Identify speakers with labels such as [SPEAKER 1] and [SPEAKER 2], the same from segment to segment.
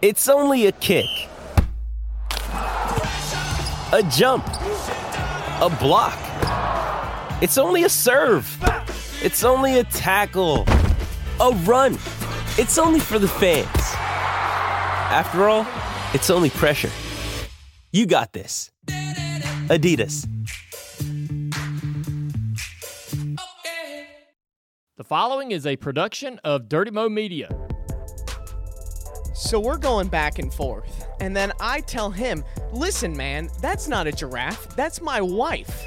[SPEAKER 1] It's only a kick, a jump, a block. It's only a serve. It's only a tackle, a run. It's only for the fans. After all, it's only pressure. You got this. Adidas.
[SPEAKER 2] The following is a production of Dirty Mo Media.
[SPEAKER 3] So we're going back and forth. And then I tell him, listen, man, that's not a giraffe. That's my wife.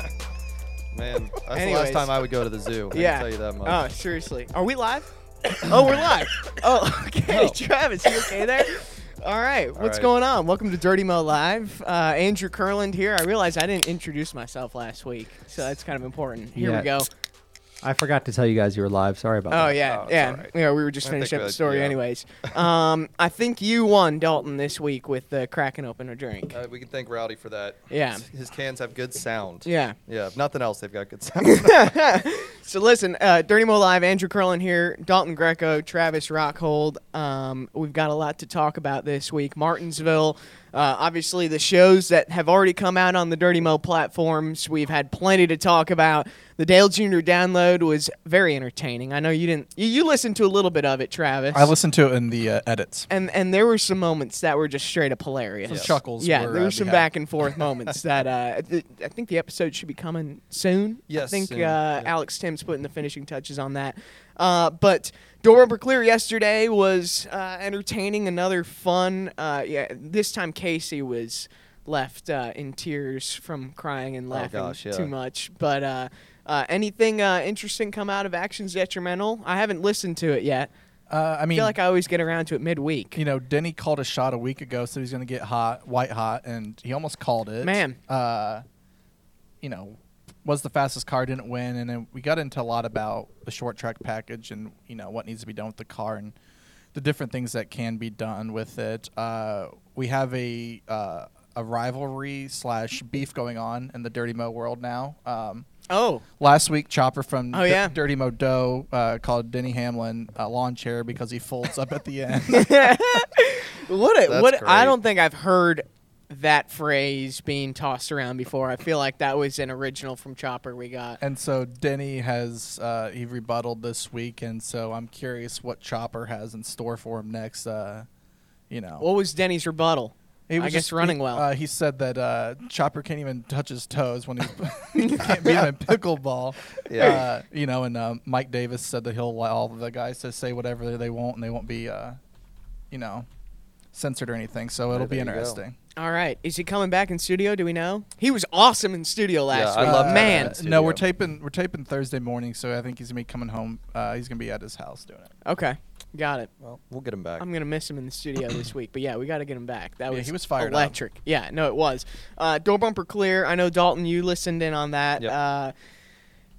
[SPEAKER 4] Man, that's
[SPEAKER 3] Anyways.
[SPEAKER 4] the last time I would go to the zoo. I
[SPEAKER 3] yeah.
[SPEAKER 4] can tell you that much.
[SPEAKER 3] Oh, seriously. Are we live? oh, we're live. Oh, okay. Travis, you okay there? All right. What's
[SPEAKER 4] right.
[SPEAKER 3] going on? Welcome to Dirty Mo Live. Uh, Andrew Curland here. I realized I didn't introduce myself last week, so that's kind of important. Here
[SPEAKER 4] Yeah.
[SPEAKER 3] we go.
[SPEAKER 5] I forgot to tell you guys you were live. Sorry about
[SPEAKER 3] Oh
[SPEAKER 5] that.
[SPEAKER 3] yeah,
[SPEAKER 4] it's
[SPEAKER 3] yeah,
[SPEAKER 4] all right.
[SPEAKER 3] yeah. We were just
[SPEAKER 4] I
[SPEAKER 3] finishing up
[SPEAKER 4] think
[SPEAKER 3] the
[SPEAKER 4] that-
[SPEAKER 3] story,
[SPEAKER 4] yeah.
[SPEAKER 3] anyways. Um, I think you won Dalton this week with uh, cracking open a drink.
[SPEAKER 4] Uh, we can thank Rowdy for that.
[SPEAKER 3] Yeah.
[SPEAKER 4] His, his cans have good sound.
[SPEAKER 3] Yeah.
[SPEAKER 4] Yeah. If nothing else, they've got good sound.
[SPEAKER 3] So listen, uh, Dirty Mo Live, Andrew Curlin here, Dalton Greco, Travis Rockhold. Um, we've got a lot to talk about this week. Martinsville, uh, obviously the shows that have already come out on the Dirty Mo platforms. We've had plenty to talk about. The Dale Jr. download was very entertaining. I know you didn't. You, you listened to a little bit of it, Travis.
[SPEAKER 6] I listened to it in the uh, edits.
[SPEAKER 3] and and there were some moments that were just straight up hilarious.
[SPEAKER 6] Some chuckles
[SPEAKER 3] Yeah,
[SPEAKER 6] were,
[SPEAKER 3] there
[SPEAKER 6] uh,
[SPEAKER 3] were some
[SPEAKER 6] behind.
[SPEAKER 3] back and forth moments that uh, th- I think the episode should be coming soon. I
[SPEAKER 4] Yes,
[SPEAKER 3] think
[SPEAKER 4] soon,
[SPEAKER 3] Uh,
[SPEAKER 4] yeah.
[SPEAKER 3] Alex Tim's putting the finishing touches on that. Uh, but Dora Clear yesterday was uh, entertaining. Another fun. Uh, yeah, this time Casey was left uh, in tears from crying and laughing
[SPEAKER 4] gosh, yeah.
[SPEAKER 3] too much. But uh, uh, anything uh, interesting come out of Actions Detrimental? I haven't listened to it yet.
[SPEAKER 6] Uh, I
[SPEAKER 3] I
[SPEAKER 6] mean,
[SPEAKER 3] feel like I always get around to it midweek.
[SPEAKER 6] you know, Denny called a shot a week ago, so he's going to get hot, white hot, and he almost called it.
[SPEAKER 3] Man.
[SPEAKER 6] Uh, you know, was the fastest car, didn't win. And then we got into a lot about the short track package and, you know, what needs to be done with the car and the different things that can be done with it. Uh, we have a. Uh, a rivalry slash beef going on in the Dirty Mo world now. Um,
[SPEAKER 3] Oh,
[SPEAKER 6] Last week, Chopper from
[SPEAKER 3] Oh,
[SPEAKER 6] Di-
[SPEAKER 3] yeah.
[SPEAKER 6] Dirty Mo Doe uh, called Denny Hamlin a lawn chair because he folds up at the end.
[SPEAKER 3] What a,
[SPEAKER 4] That's
[SPEAKER 3] what a- I
[SPEAKER 4] great.
[SPEAKER 3] don't think I've heard that phrase being tossed around before. I feel like that was an original from Chopper we got.
[SPEAKER 6] and so Denny has uh, he rebutted this week, and so I'm curious what Chopper has in store for him next. Uh, you know,
[SPEAKER 3] What was Denny's rebuttal?
[SPEAKER 6] He
[SPEAKER 3] I
[SPEAKER 6] was
[SPEAKER 3] guess
[SPEAKER 6] just-
[SPEAKER 3] running
[SPEAKER 6] he-
[SPEAKER 3] well.
[SPEAKER 6] Uh, he said that uh, Chopper can't even touch his toes when he's, he can't beat him in pickleball.
[SPEAKER 4] Yeah.
[SPEAKER 6] Uh, you know, and uh, Mike Davis said that he'll allow all the guys to say whatever they want, and they won't be, uh, you know, censored or anything. So it'll be
[SPEAKER 4] there you go.
[SPEAKER 6] interesting.
[SPEAKER 3] All right, is he coming back in studio? Do we know? He was awesome in studio last
[SPEAKER 4] I
[SPEAKER 3] week.
[SPEAKER 4] love that.
[SPEAKER 3] Man,
[SPEAKER 6] Uh, no, we're
[SPEAKER 4] Studio.
[SPEAKER 6] taping we're taping Thursday morning, so I think he's gonna be coming home. Uh, he's gonna be at his house doing it.
[SPEAKER 3] okay, got it.
[SPEAKER 4] well, we'll get him back.
[SPEAKER 3] I'm gonna miss him in the studio this week, but yeah, we got to get him back. That
[SPEAKER 6] Yeah,
[SPEAKER 3] was
[SPEAKER 6] he was fired up.
[SPEAKER 3] electric. Yeah, no, it was. Uh, door bumper clear. I know Dalton, you listened in on that.
[SPEAKER 4] Yep.
[SPEAKER 3] Uh,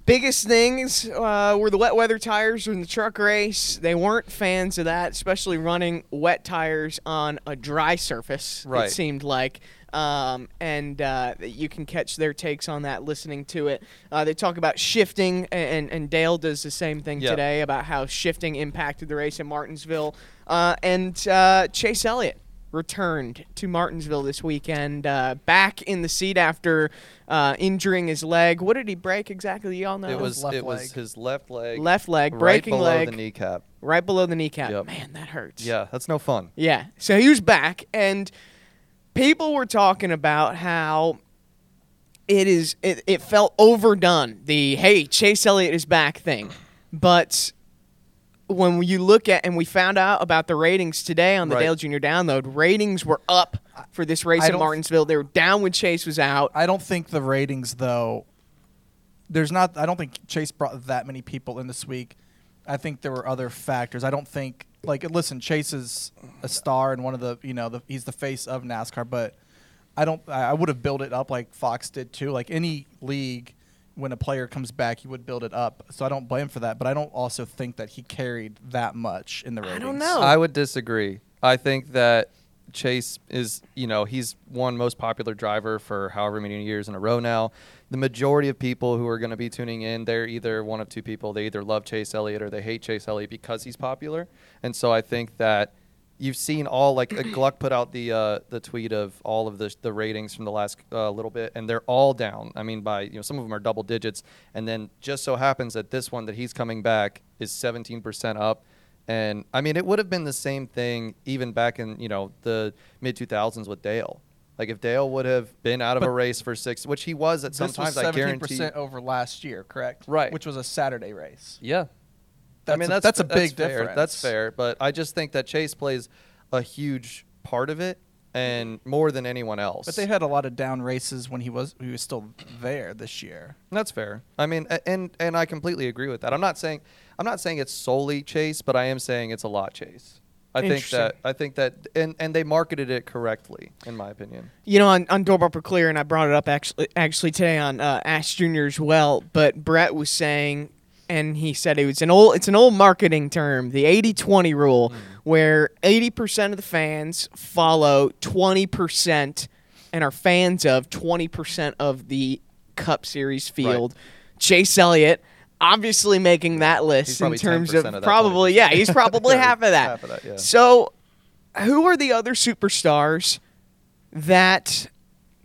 [SPEAKER 3] biggest things uh, were the wet weather tires in the truck race. They weren't fans of that, especially running wet tires on a dry surface. It
[SPEAKER 4] Right.
[SPEAKER 3] seemed like. Um, and uh, you can catch their takes on that listening to it. Uh, they talk about shifting, a- and, and Dale does the same thing
[SPEAKER 4] Yeah.
[SPEAKER 3] today about how shifting impacted the race in Martinsville. Uh, and uh, Chase Elliott returned to Martinsville this weekend, uh, back in the seat after uh, injuring his leg. What did he break exactly? Y'all know.
[SPEAKER 4] it was
[SPEAKER 6] left
[SPEAKER 4] it was
[SPEAKER 6] leg.
[SPEAKER 4] his left leg.
[SPEAKER 3] Left leg,
[SPEAKER 4] right
[SPEAKER 3] breaking
[SPEAKER 4] below
[SPEAKER 3] leg.
[SPEAKER 4] the kneecap.
[SPEAKER 3] right below the kneecap.
[SPEAKER 4] Yep.
[SPEAKER 3] Man, that hurts.
[SPEAKER 4] Yeah, that's no fun.
[SPEAKER 3] Yeah. So he was back, and people were talking about how it is. It, it felt overdone. The hey, Chase Elliott is back thing, but when you look at and we found out about the ratings today on the
[SPEAKER 4] Right.
[SPEAKER 3] Dale Jr. download, ratings were up for this race
[SPEAKER 6] I
[SPEAKER 3] in
[SPEAKER 6] don't-
[SPEAKER 3] Martinsville. They were down when Chase was out.
[SPEAKER 6] I don't think the ratings though. There's not. I don't think Chase brought that many people in this week. I think there were other factors. I don't think like listen, Chase is a star and one of the you know the, he's the face of NASCAR, but I don't. I I would have built it up like Fox did too. Like any league, when a player comes back, you would build it up. So I don't blame him for that, but I don't also think that he carried that much in the ratings.
[SPEAKER 3] don't know.
[SPEAKER 4] I would disagree. I think that Chase is, you know, he's one most popular driver for however many years in a row now. The majority of people who are going to be tuning in, they're either one of two people. They either love Chase Elliott or they hate Chase Elliott because he's popular. And so I think that you've seen all like Gluck put out the uh, the tweet of all of the the ratings from the last uh, little bit, and they're all down. I mean, by you know some of them are double digits, and then just so happens that this one that he's coming back is 17% up. And I mean, it would have been the same thing even back in you know the mid 2000s with Dale. Like if Dale would have been out of a race for six, which he was at
[SPEAKER 6] This was
[SPEAKER 4] sometimes, I
[SPEAKER 6] seventeen
[SPEAKER 4] guarantee.
[SPEAKER 6] percent over last year, correct?
[SPEAKER 4] Right.
[SPEAKER 6] which was a Saturday race.
[SPEAKER 4] Yeah.
[SPEAKER 6] That's
[SPEAKER 4] I mean,
[SPEAKER 6] a-
[SPEAKER 4] that's,
[SPEAKER 6] that's a big
[SPEAKER 4] fair.
[SPEAKER 6] difference.
[SPEAKER 4] That's fair. But I just think that Chase plays a huge part of it and more than anyone else.
[SPEAKER 6] But they had a lot of down races when he was he was still there this year.
[SPEAKER 4] That's fair. I mean, a- and and I completely agree with that. I'm not saying I'm not saying it's solely Chase, but I am saying it's a lot Chase. I think
[SPEAKER 3] Interesting.
[SPEAKER 4] that I think that and and they marketed it correctly, in my opinion.
[SPEAKER 3] you know, on, on Doorbell for Clear, and I brought it up actually actually today on uh, Ash Junior as well. But Brett was saying, and he said it was an old it's an old marketing term, the 80-20 rule,
[SPEAKER 4] Hmm.
[SPEAKER 3] where eighty percent of the fans follow twenty percent and are fans of twenty percent of the Cup Series field. Chase Elliott. Obviously, making that list in
[SPEAKER 4] probably
[SPEAKER 3] terms
[SPEAKER 4] 10% of that
[SPEAKER 3] probably, yeah, he's probably
[SPEAKER 4] Yeah,
[SPEAKER 3] half of that.
[SPEAKER 4] half of that, yeah.
[SPEAKER 3] So, who are the other superstars that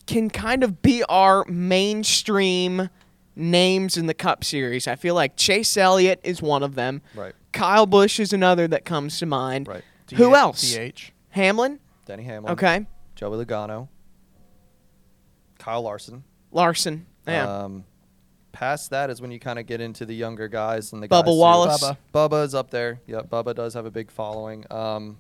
[SPEAKER 3] can kind of be our mainstream names in the Cup Series. I feel like Chase Elliott is one of them.
[SPEAKER 4] Right.
[SPEAKER 3] Kyle Bush is another that comes to mind.
[SPEAKER 4] Right.
[SPEAKER 3] Who
[SPEAKER 6] DH
[SPEAKER 3] else?
[SPEAKER 6] DH.
[SPEAKER 3] Hamlin.
[SPEAKER 4] Denny Hamlin.
[SPEAKER 3] Okay.
[SPEAKER 4] Joey Logano. Kyle Larson.
[SPEAKER 3] Larson. Yeah.
[SPEAKER 4] Um, past that is when you kind of get into the younger guys and the
[SPEAKER 3] Bubba
[SPEAKER 4] guys who-
[SPEAKER 3] Wallace.
[SPEAKER 4] Bubba. Bubba's up there. Yep, Bubba does have a big following. Um,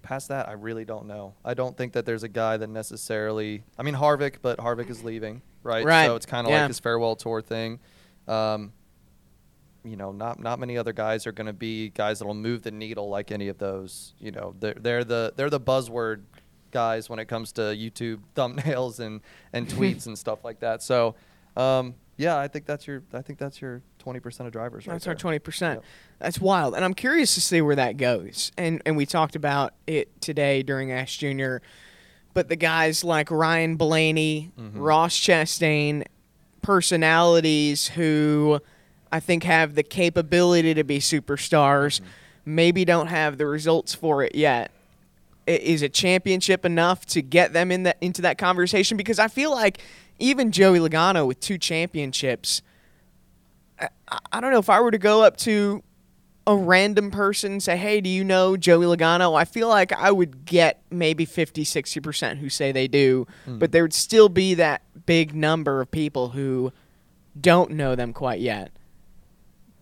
[SPEAKER 4] past that, I really don't know. I don't think that there's a guy that necessarily. I mean Harvick, but Harvick is leaving, right?
[SPEAKER 3] Right,
[SPEAKER 4] So it's kind of
[SPEAKER 3] yeah.
[SPEAKER 4] like his farewell tour thing. Um, you know, not not many other guys are going to be guys that'll move the needle like any of those. You know, they're they're the they're the buzzword guys when it comes to YouTube thumbnails and and tweets and stuff like that. So, um, yeah, I think that's your I think that's your twenty percent of drivers. Right
[SPEAKER 3] That's
[SPEAKER 4] there.
[SPEAKER 3] our twenty percent.
[SPEAKER 4] Yep.
[SPEAKER 3] That's wild, and I'm curious to see where that goes. And and we talked about it today during Ash Junior, but the guys like Ryan Blaney,
[SPEAKER 4] Mm-hmm.
[SPEAKER 3] Ross Chastain, personalities who I think have the capability to be superstars,
[SPEAKER 4] Mm-hmm.
[SPEAKER 3] maybe don't have the results for it yet. I- Is a championship enough to get them in that into that conversation? Because I feel like even Joey Logano with two championships. I don't know if I were to go up to a random person and say, "Hey, do you know Joey Logano?" I feel like I would get maybe 50, 60% who say they do, but there would still be that big number of people who don't know them quite yet.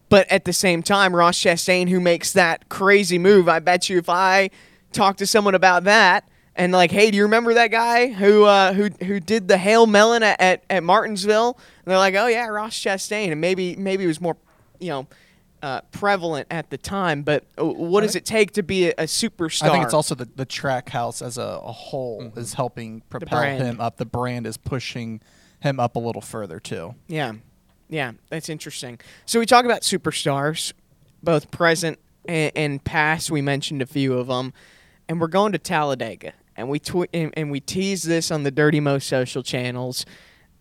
[SPEAKER 3] But at the same time, Ross Chastain, who makes that crazy move, I bet you if I talk to someone about that and like, hey, do you remember that guy who uh, who who did the hail melon at, at, at Martinsville? And they're like, oh yeah, Ross Chastain, and maybe maybe it was more, you know, uh, prevalent at the time. But uh, what does it take to be a, a superstar?
[SPEAKER 6] I think it's also the, the track house as a, a whole is helping propel
[SPEAKER 3] Mm-hmm. brand.
[SPEAKER 6] him up. The brand is pushing him up a little further too.
[SPEAKER 3] Yeah. Yeah, that's interesting. So we talk about superstars, both present and, and past. We mentioned a few of them, and we're going to Talladega, and we tw- and, and we tease this on the Dirty Mo social channels.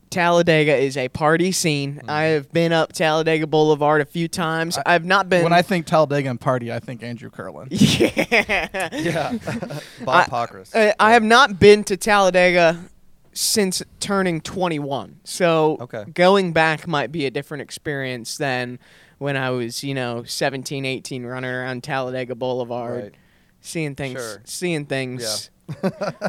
[SPEAKER 3] Talladega is a party scene. I have been up Talladega Boulevard a few times. I, have not been.
[SPEAKER 6] When Mm-hmm. I think Talladega and party, I think Andrew Curlin.
[SPEAKER 3] yeah.
[SPEAKER 4] Yeah, Bob Pockris.
[SPEAKER 3] Uh, I have not been to Talladega since turning 21. So
[SPEAKER 4] Okay.
[SPEAKER 3] going back might be a different experience than when I was, you know, 17, 18 running around Talladega Boulevard
[SPEAKER 4] Right.
[SPEAKER 3] seeing things
[SPEAKER 4] Sure.
[SPEAKER 3] seeing things.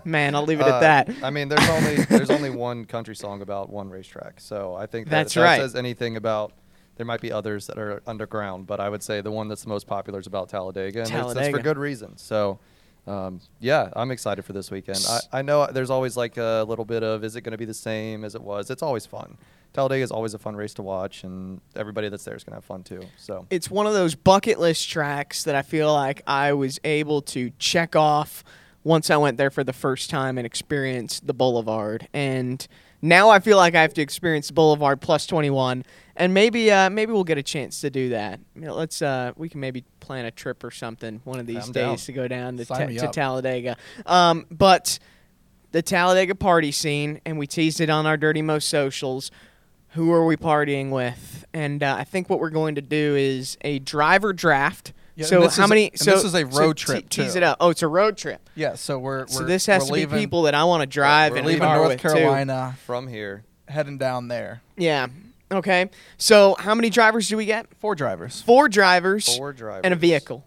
[SPEAKER 3] Man, I'll leave it at
[SPEAKER 4] Uh,
[SPEAKER 3] that.
[SPEAKER 4] I mean, there's only there's only one country song about one racetrack, so I think that,
[SPEAKER 3] That's
[SPEAKER 4] if that
[SPEAKER 3] right.
[SPEAKER 4] says anything about. There might be others that are underground, but I would say the one that's the most popular is about Talladega, and it's- that's
[SPEAKER 3] Talladega.
[SPEAKER 4] for good reason. So, um, yeah, I'm excited for this weekend. I, I know there's always like a little bit of is it going to be the same as it was? It's always fun. Talladega is always a fun race to watch, and everybody that's there is going to have fun too. So,
[SPEAKER 3] it's one of those bucket list tracks that I feel like I was able to check off once I went there for the first time and experienced the Boulevard. And now I feel like I have to experience the Boulevard plus 21. And maybe uh, maybe we'll get a chance to do that. You know, let's uh, we can maybe plan a trip or something one of these
[SPEAKER 4] I'm
[SPEAKER 3] days
[SPEAKER 4] down.
[SPEAKER 3] to go down to,
[SPEAKER 6] Sign
[SPEAKER 3] Ta-
[SPEAKER 6] me
[SPEAKER 3] to
[SPEAKER 6] up.
[SPEAKER 3] Talladega. Um, but the Talladega party scene, and we teased it on our Dirty Mo socials. Who are we partying with? And uh, I think what we're going to do is a driver draft
[SPEAKER 6] Yeah,
[SPEAKER 3] so
[SPEAKER 6] and this
[SPEAKER 3] how
[SPEAKER 6] is-
[SPEAKER 3] many?
[SPEAKER 6] and
[SPEAKER 3] So
[SPEAKER 6] this is a road
[SPEAKER 3] so
[SPEAKER 6] trip,
[SPEAKER 3] Te- tease
[SPEAKER 6] too.
[SPEAKER 3] it up. Oh, it's a road trip.
[SPEAKER 6] Yeah, so we're, we're
[SPEAKER 3] so this has
[SPEAKER 6] we're
[SPEAKER 3] to
[SPEAKER 6] leaving,
[SPEAKER 3] be people that I want to drive
[SPEAKER 4] we're
[SPEAKER 3] and
[SPEAKER 4] leaving
[SPEAKER 6] North
[SPEAKER 3] Too.
[SPEAKER 6] Carolina,
[SPEAKER 4] from here.
[SPEAKER 6] heading down there.
[SPEAKER 3] Yeah. Okay. So how many drivers do we get?
[SPEAKER 6] Four drivers.
[SPEAKER 3] Four drivers.
[SPEAKER 4] Four drivers
[SPEAKER 3] And a vehicle.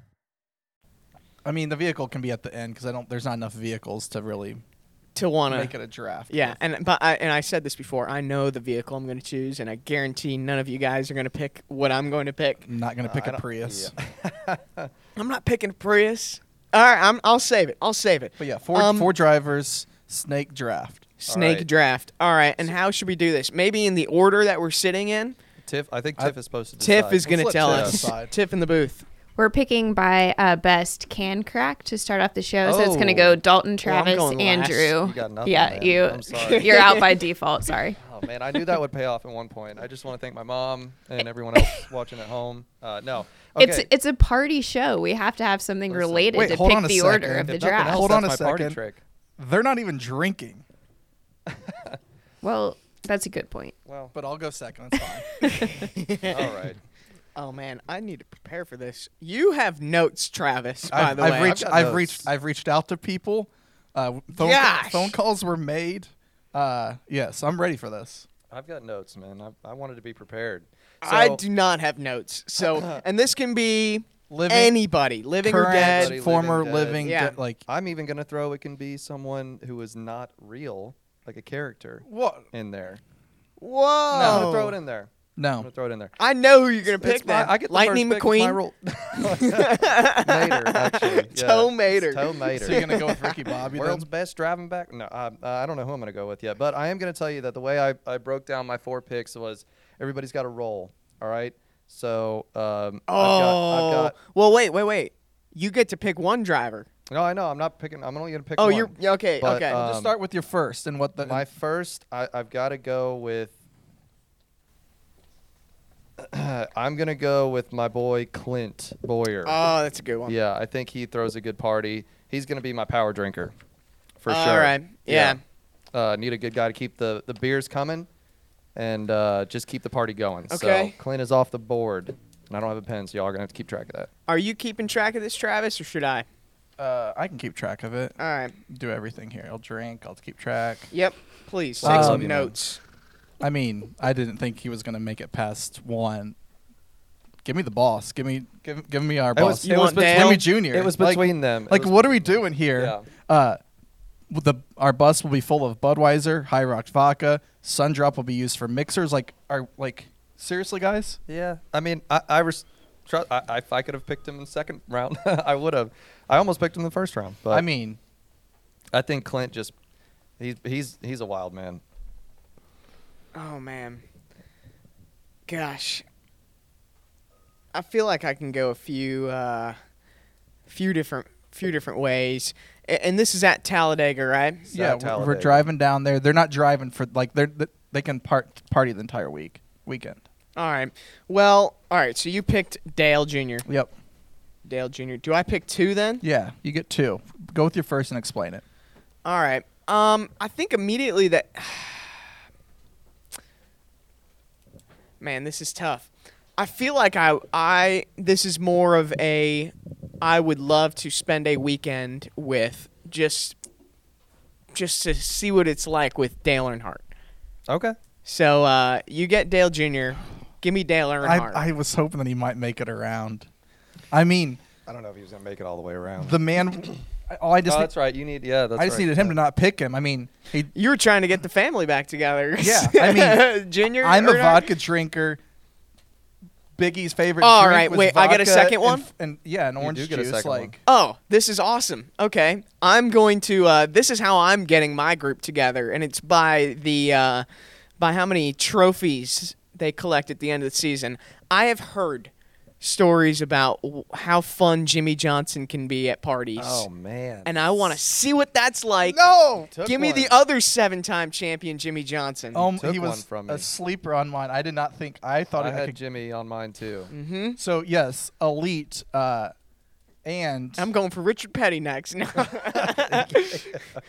[SPEAKER 6] I mean, the vehicle can be at the end because I don't. There's not enough vehicles to really
[SPEAKER 3] To want
[SPEAKER 6] make
[SPEAKER 3] to.
[SPEAKER 6] it a draft.
[SPEAKER 3] Yeah, and but I, and I said this before. I know the vehicle I'm going to choose, and I guarantee none of you guys are going to pick what I'm going to pick.
[SPEAKER 6] I'm not gonna pick a Prius.
[SPEAKER 3] I'm not picking a Prius. All right, I'm, I'll save it. I'll save it.
[SPEAKER 6] But yeah, four
[SPEAKER 3] Um,
[SPEAKER 6] four drivers, snake draft.
[SPEAKER 3] Snake
[SPEAKER 4] right.
[SPEAKER 3] draft. All right, and how should we do this? Maybe in the order that we're sitting in.
[SPEAKER 4] Tiff, I think Tiff is supposed to.
[SPEAKER 3] Tiff
[SPEAKER 4] decide.
[SPEAKER 3] is going to
[SPEAKER 6] Let's let
[SPEAKER 3] tell
[SPEAKER 6] Tiff
[SPEAKER 3] us.
[SPEAKER 6] decide.
[SPEAKER 3] Tiff in the booth.
[SPEAKER 7] We're picking by uh, best can crack to start off the show. So it's going to
[SPEAKER 4] Oh.
[SPEAKER 7] go Dalton,
[SPEAKER 3] Well, I'm
[SPEAKER 7] Travis,
[SPEAKER 3] going last.
[SPEAKER 7] Andrew.
[SPEAKER 4] You got nothing,
[SPEAKER 7] yeah,
[SPEAKER 4] man.
[SPEAKER 7] you.
[SPEAKER 4] I'm sorry.
[SPEAKER 7] You're out by default. Sorry.
[SPEAKER 4] Oh man, I knew that would pay off at one point. I just want to thank my mom and everyone else watching at home. Uh, no, okay.
[SPEAKER 7] It's it's a party show. We have to have something related
[SPEAKER 6] Wait,
[SPEAKER 7] to
[SPEAKER 6] hold
[SPEAKER 7] pick
[SPEAKER 6] on a
[SPEAKER 7] the order
[SPEAKER 6] second.
[SPEAKER 7] of the
[SPEAKER 4] If nothing
[SPEAKER 7] draft.
[SPEAKER 4] else,
[SPEAKER 6] Hold on
[SPEAKER 4] that's
[SPEAKER 6] a
[SPEAKER 4] my party
[SPEAKER 6] second.
[SPEAKER 4] trick.
[SPEAKER 6] They're not even drinking.
[SPEAKER 7] Well, that's a good point.
[SPEAKER 4] Well,
[SPEAKER 6] But I'll go second. That's fine.
[SPEAKER 4] all right.
[SPEAKER 3] Oh man, I need to prepare for this. You have notes, Travis. By
[SPEAKER 6] I've,
[SPEAKER 3] the
[SPEAKER 6] I've
[SPEAKER 3] way,
[SPEAKER 6] reached.
[SPEAKER 4] got
[SPEAKER 6] I've,
[SPEAKER 4] notes.
[SPEAKER 6] reached. I've reached out to people. Uh, phone,
[SPEAKER 3] Gosh.
[SPEAKER 6] phone calls were made. Uh, yes, I'm ready for this.
[SPEAKER 4] I've got notes, man. I, I wanted to be prepared. So,
[SPEAKER 3] I do not have notes. So, and this can be
[SPEAKER 6] Living-
[SPEAKER 3] anybody, living or
[SPEAKER 6] Current,
[SPEAKER 3] dead.
[SPEAKER 4] Anybody
[SPEAKER 6] former,
[SPEAKER 4] living,
[SPEAKER 6] living,
[SPEAKER 4] dead.
[SPEAKER 3] Yeah.
[SPEAKER 6] dead, like
[SPEAKER 4] I'm even gonna throw. It can be someone who is not real, like a character
[SPEAKER 6] what?
[SPEAKER 4] in there.
[SPEAKER 3] Whoa!
[SPEAKER 4] I'm gonna throw it in there. I'm
[SPEAKER 6] No.
[SPEAKER 4] gonna throw it in there.
[SPEAKER 3] I know who you're gonna
[SPEAKER 4] It's
[SPEAKER 3] pick
[SPEAKER 4] my-
[SPEAKER 3] that.
[SPEAKER 4] I get the
[SPEAKER 3] Lightning
[SPEAKER 4] first pick. It's
[SPEAKER 3] McQueen.
[SPEAKER 4] my rule. Mater, actually. Yeah.
[SPEAKER 3] Toe Mater.
[SPEAKER 4] It's Toe Mater.
[SPEAKER 6] So you're gonna go with Ricky Bobby? then?
[SPEAKER 4] World's best driving back. No, I, I don't know who I'm going to go with yet, but I am going to tell you that the way I, I broke down my four picks was everybody's got a role. All right. So um,
[SPEAKER 3] Oh,
[SPEAKER 4] I've got, I've got.
[SPEAKER 3] well, wait, wait, wait. You get to pick one driver.
[SPEAKER 4] No, I know. I'm not picking. I'm only going to pick.
[SPEAKER 3] Oh,
[SPEAKER 4] Oh,
[SPEAKER 3] you're yeah, okay. okay.
[SPEAKER 6] Just start with your first and what the
[SPEAKER 4] My first, I, I've got to go with. I'm going to go with my boy Clint Boyer.
[SPEAKER 3] oh, that's a good one.
[SPEAKER 4] Yeah, I think he throws a good party. He's going to be my power drinker, for
[SPEAKER 3] All
[SPEAKER 4] sure.
[SPEAKER 3] right, yeah.
[SPEAKER 4] Uh, need a good guy to keep the, the beers coming, and uh, just keep the party going.
[SPEAKER 3] Okay.
[SPEAKER 4] So Clint is off the board, and I don't have a pen, so y'all are gonna have to keep track of that.
[SPEAKER 3] Are you keeping track of this, Travis, or should I?
[SPEAKER 6] uh, I can keep track of it.
[SPEAKER 3] All right.
[SPEAKER 6] Do everything here. I'll drink. I'll keep track.
[SPEAKER 3] Yep. Please take
[SPEAKER 6] Um,
[SPEAKER 3] some notes.
[SPEAKER 6] I mean, I didn't think he was gonna make it past one. Give me the boss. Give me give give me our boss.
[SPEAKER 3] You it was want between- Dale?
[SPEAKER 6] Jimmy Junior.
[SPEAKER 4] It was
[SPEAKER 6] Like-
[SPEAKER 4] between them. It
[SPEAKER 6] Like,
[SPEAKER 4] was-
[SPEAKER 6] what are we doing here?
[SPEAKER 4] Yeah.
[SPEAKER 6] Uh, with the our bus will be full of Budweiser, High Rock vodka. Sun Drop will be used for mixers. Like, are like seriously, guys?
[SPEAKER 4] Yeah, I mean, I I, res- tru- I, I if I could have picked him in the second round, I would have. I almost picked him in the first round, but
[SPEAKER 6] I mean,
[SPEAKER 4] I think Clint just he's he's he's a wild man.
[SPEAKER 3] Oh man. Gosh. I feel like I can go a few uh few different few different ways. A- And this is at Talladega, right?
[SPEAKER 6] yeah,
[SPEAKER 4] Sad
[SPEAKER 6] we're- we're
[SPEAKER 4] Talladega.
[SPEAKER 6] driving down there. They're not driving for like they're th- they can part party the entire week weekend.
[SPEAKER 3] All right. Well, all right, so you picked Dale Jr.
[SPEAKER 6] Yep.
[SPEAKER 3] Dale Jr. Do I pick two then?
[SPEAKER 6] Yeah, you get two. Go with your first and explain it.
[SPEAKER 3] All right. Um, I think immediately that. Man, this is tough. I feel like I I this is more of a I would love to spend a weekend with just just to see what it's like with Dale Earnhardt.
[SPEAKER 4] Okay.
[SPEAKER 3] So uh, you get Dale Jr. Give me Dale
[SPEAKER 6] I,
[SPEAKER 3] Earnhardt.
[SPEAKER 6] I was hoping that he might make it around. I mean,
[SPEAKER 8] I don't know if he was gonna make it all the way around.
[SPEAKER 6] The man. I- All I just.
[SPEAKER 4] Oh,
[SPEAKER 6] need-
[SPEAKER 4] that's right. You need. Yeah, that's
[SPEAKER 6] I just
[SPEAKER 4] right.
[SPEAKER 6] needed him to not pick him. I mean, he,
[SPEAKER 3] you were trying to get the family back together.
[SPEAKER 6] Yeah, I mean,
[SPEAKER 3] Junior.
[SPEAKER 6] I'm a
[SPEAKER 3] or not?
[SPEAKER 6] vodka drinker. Biggie's favorite.
[SPEAKER 3] All
[SPEAKER 6] All right,
[SPEAKER 3] right, wait, I get a second one?
[SPEAKER 6] and, yeah, an
[SPEAKER 3] You
[SPEAKER 6] orange
[SPEAKER 3] do get a
[SPEAKER 6] juice.
[SPEAKER 4] second
[SPEAKER 6] Like,
[SPEAKER 3] Oh, this is awesome. Okay. I'm going to uh this is how I'm getting my group together and it's by the uh by how many trophies they collect at the end of the season. I have heard stories about w- how fun Jimmy Johnson can be at parties.
[SPEAKER 4] Oh man.
[SPEAKER 3] And I want to see what that's like.
[SPEAKER 6] No.
[SPEAKER 4] Took
[SPEAKER 3] Give me
[SPEAKER 4] one. Oh,
[SPEAKER 3] the other seven-time champion Jimmy Johnson.
[SPEAKER 6] um, he was a sleeper on mine. I did not think. I thought
[SPEAKER 4] I
[SPEAKER 6] I
[SPEAKER 4] had
[SPEAKER 6] could.
[SPEAKER 4] Jimmy on mine too.
[SPEAKER 3] Mhm.
[SPEAKER 6] So yes, elite. Uh, and
[SPEAKER 3] I'm going for Richard Petty next. No. All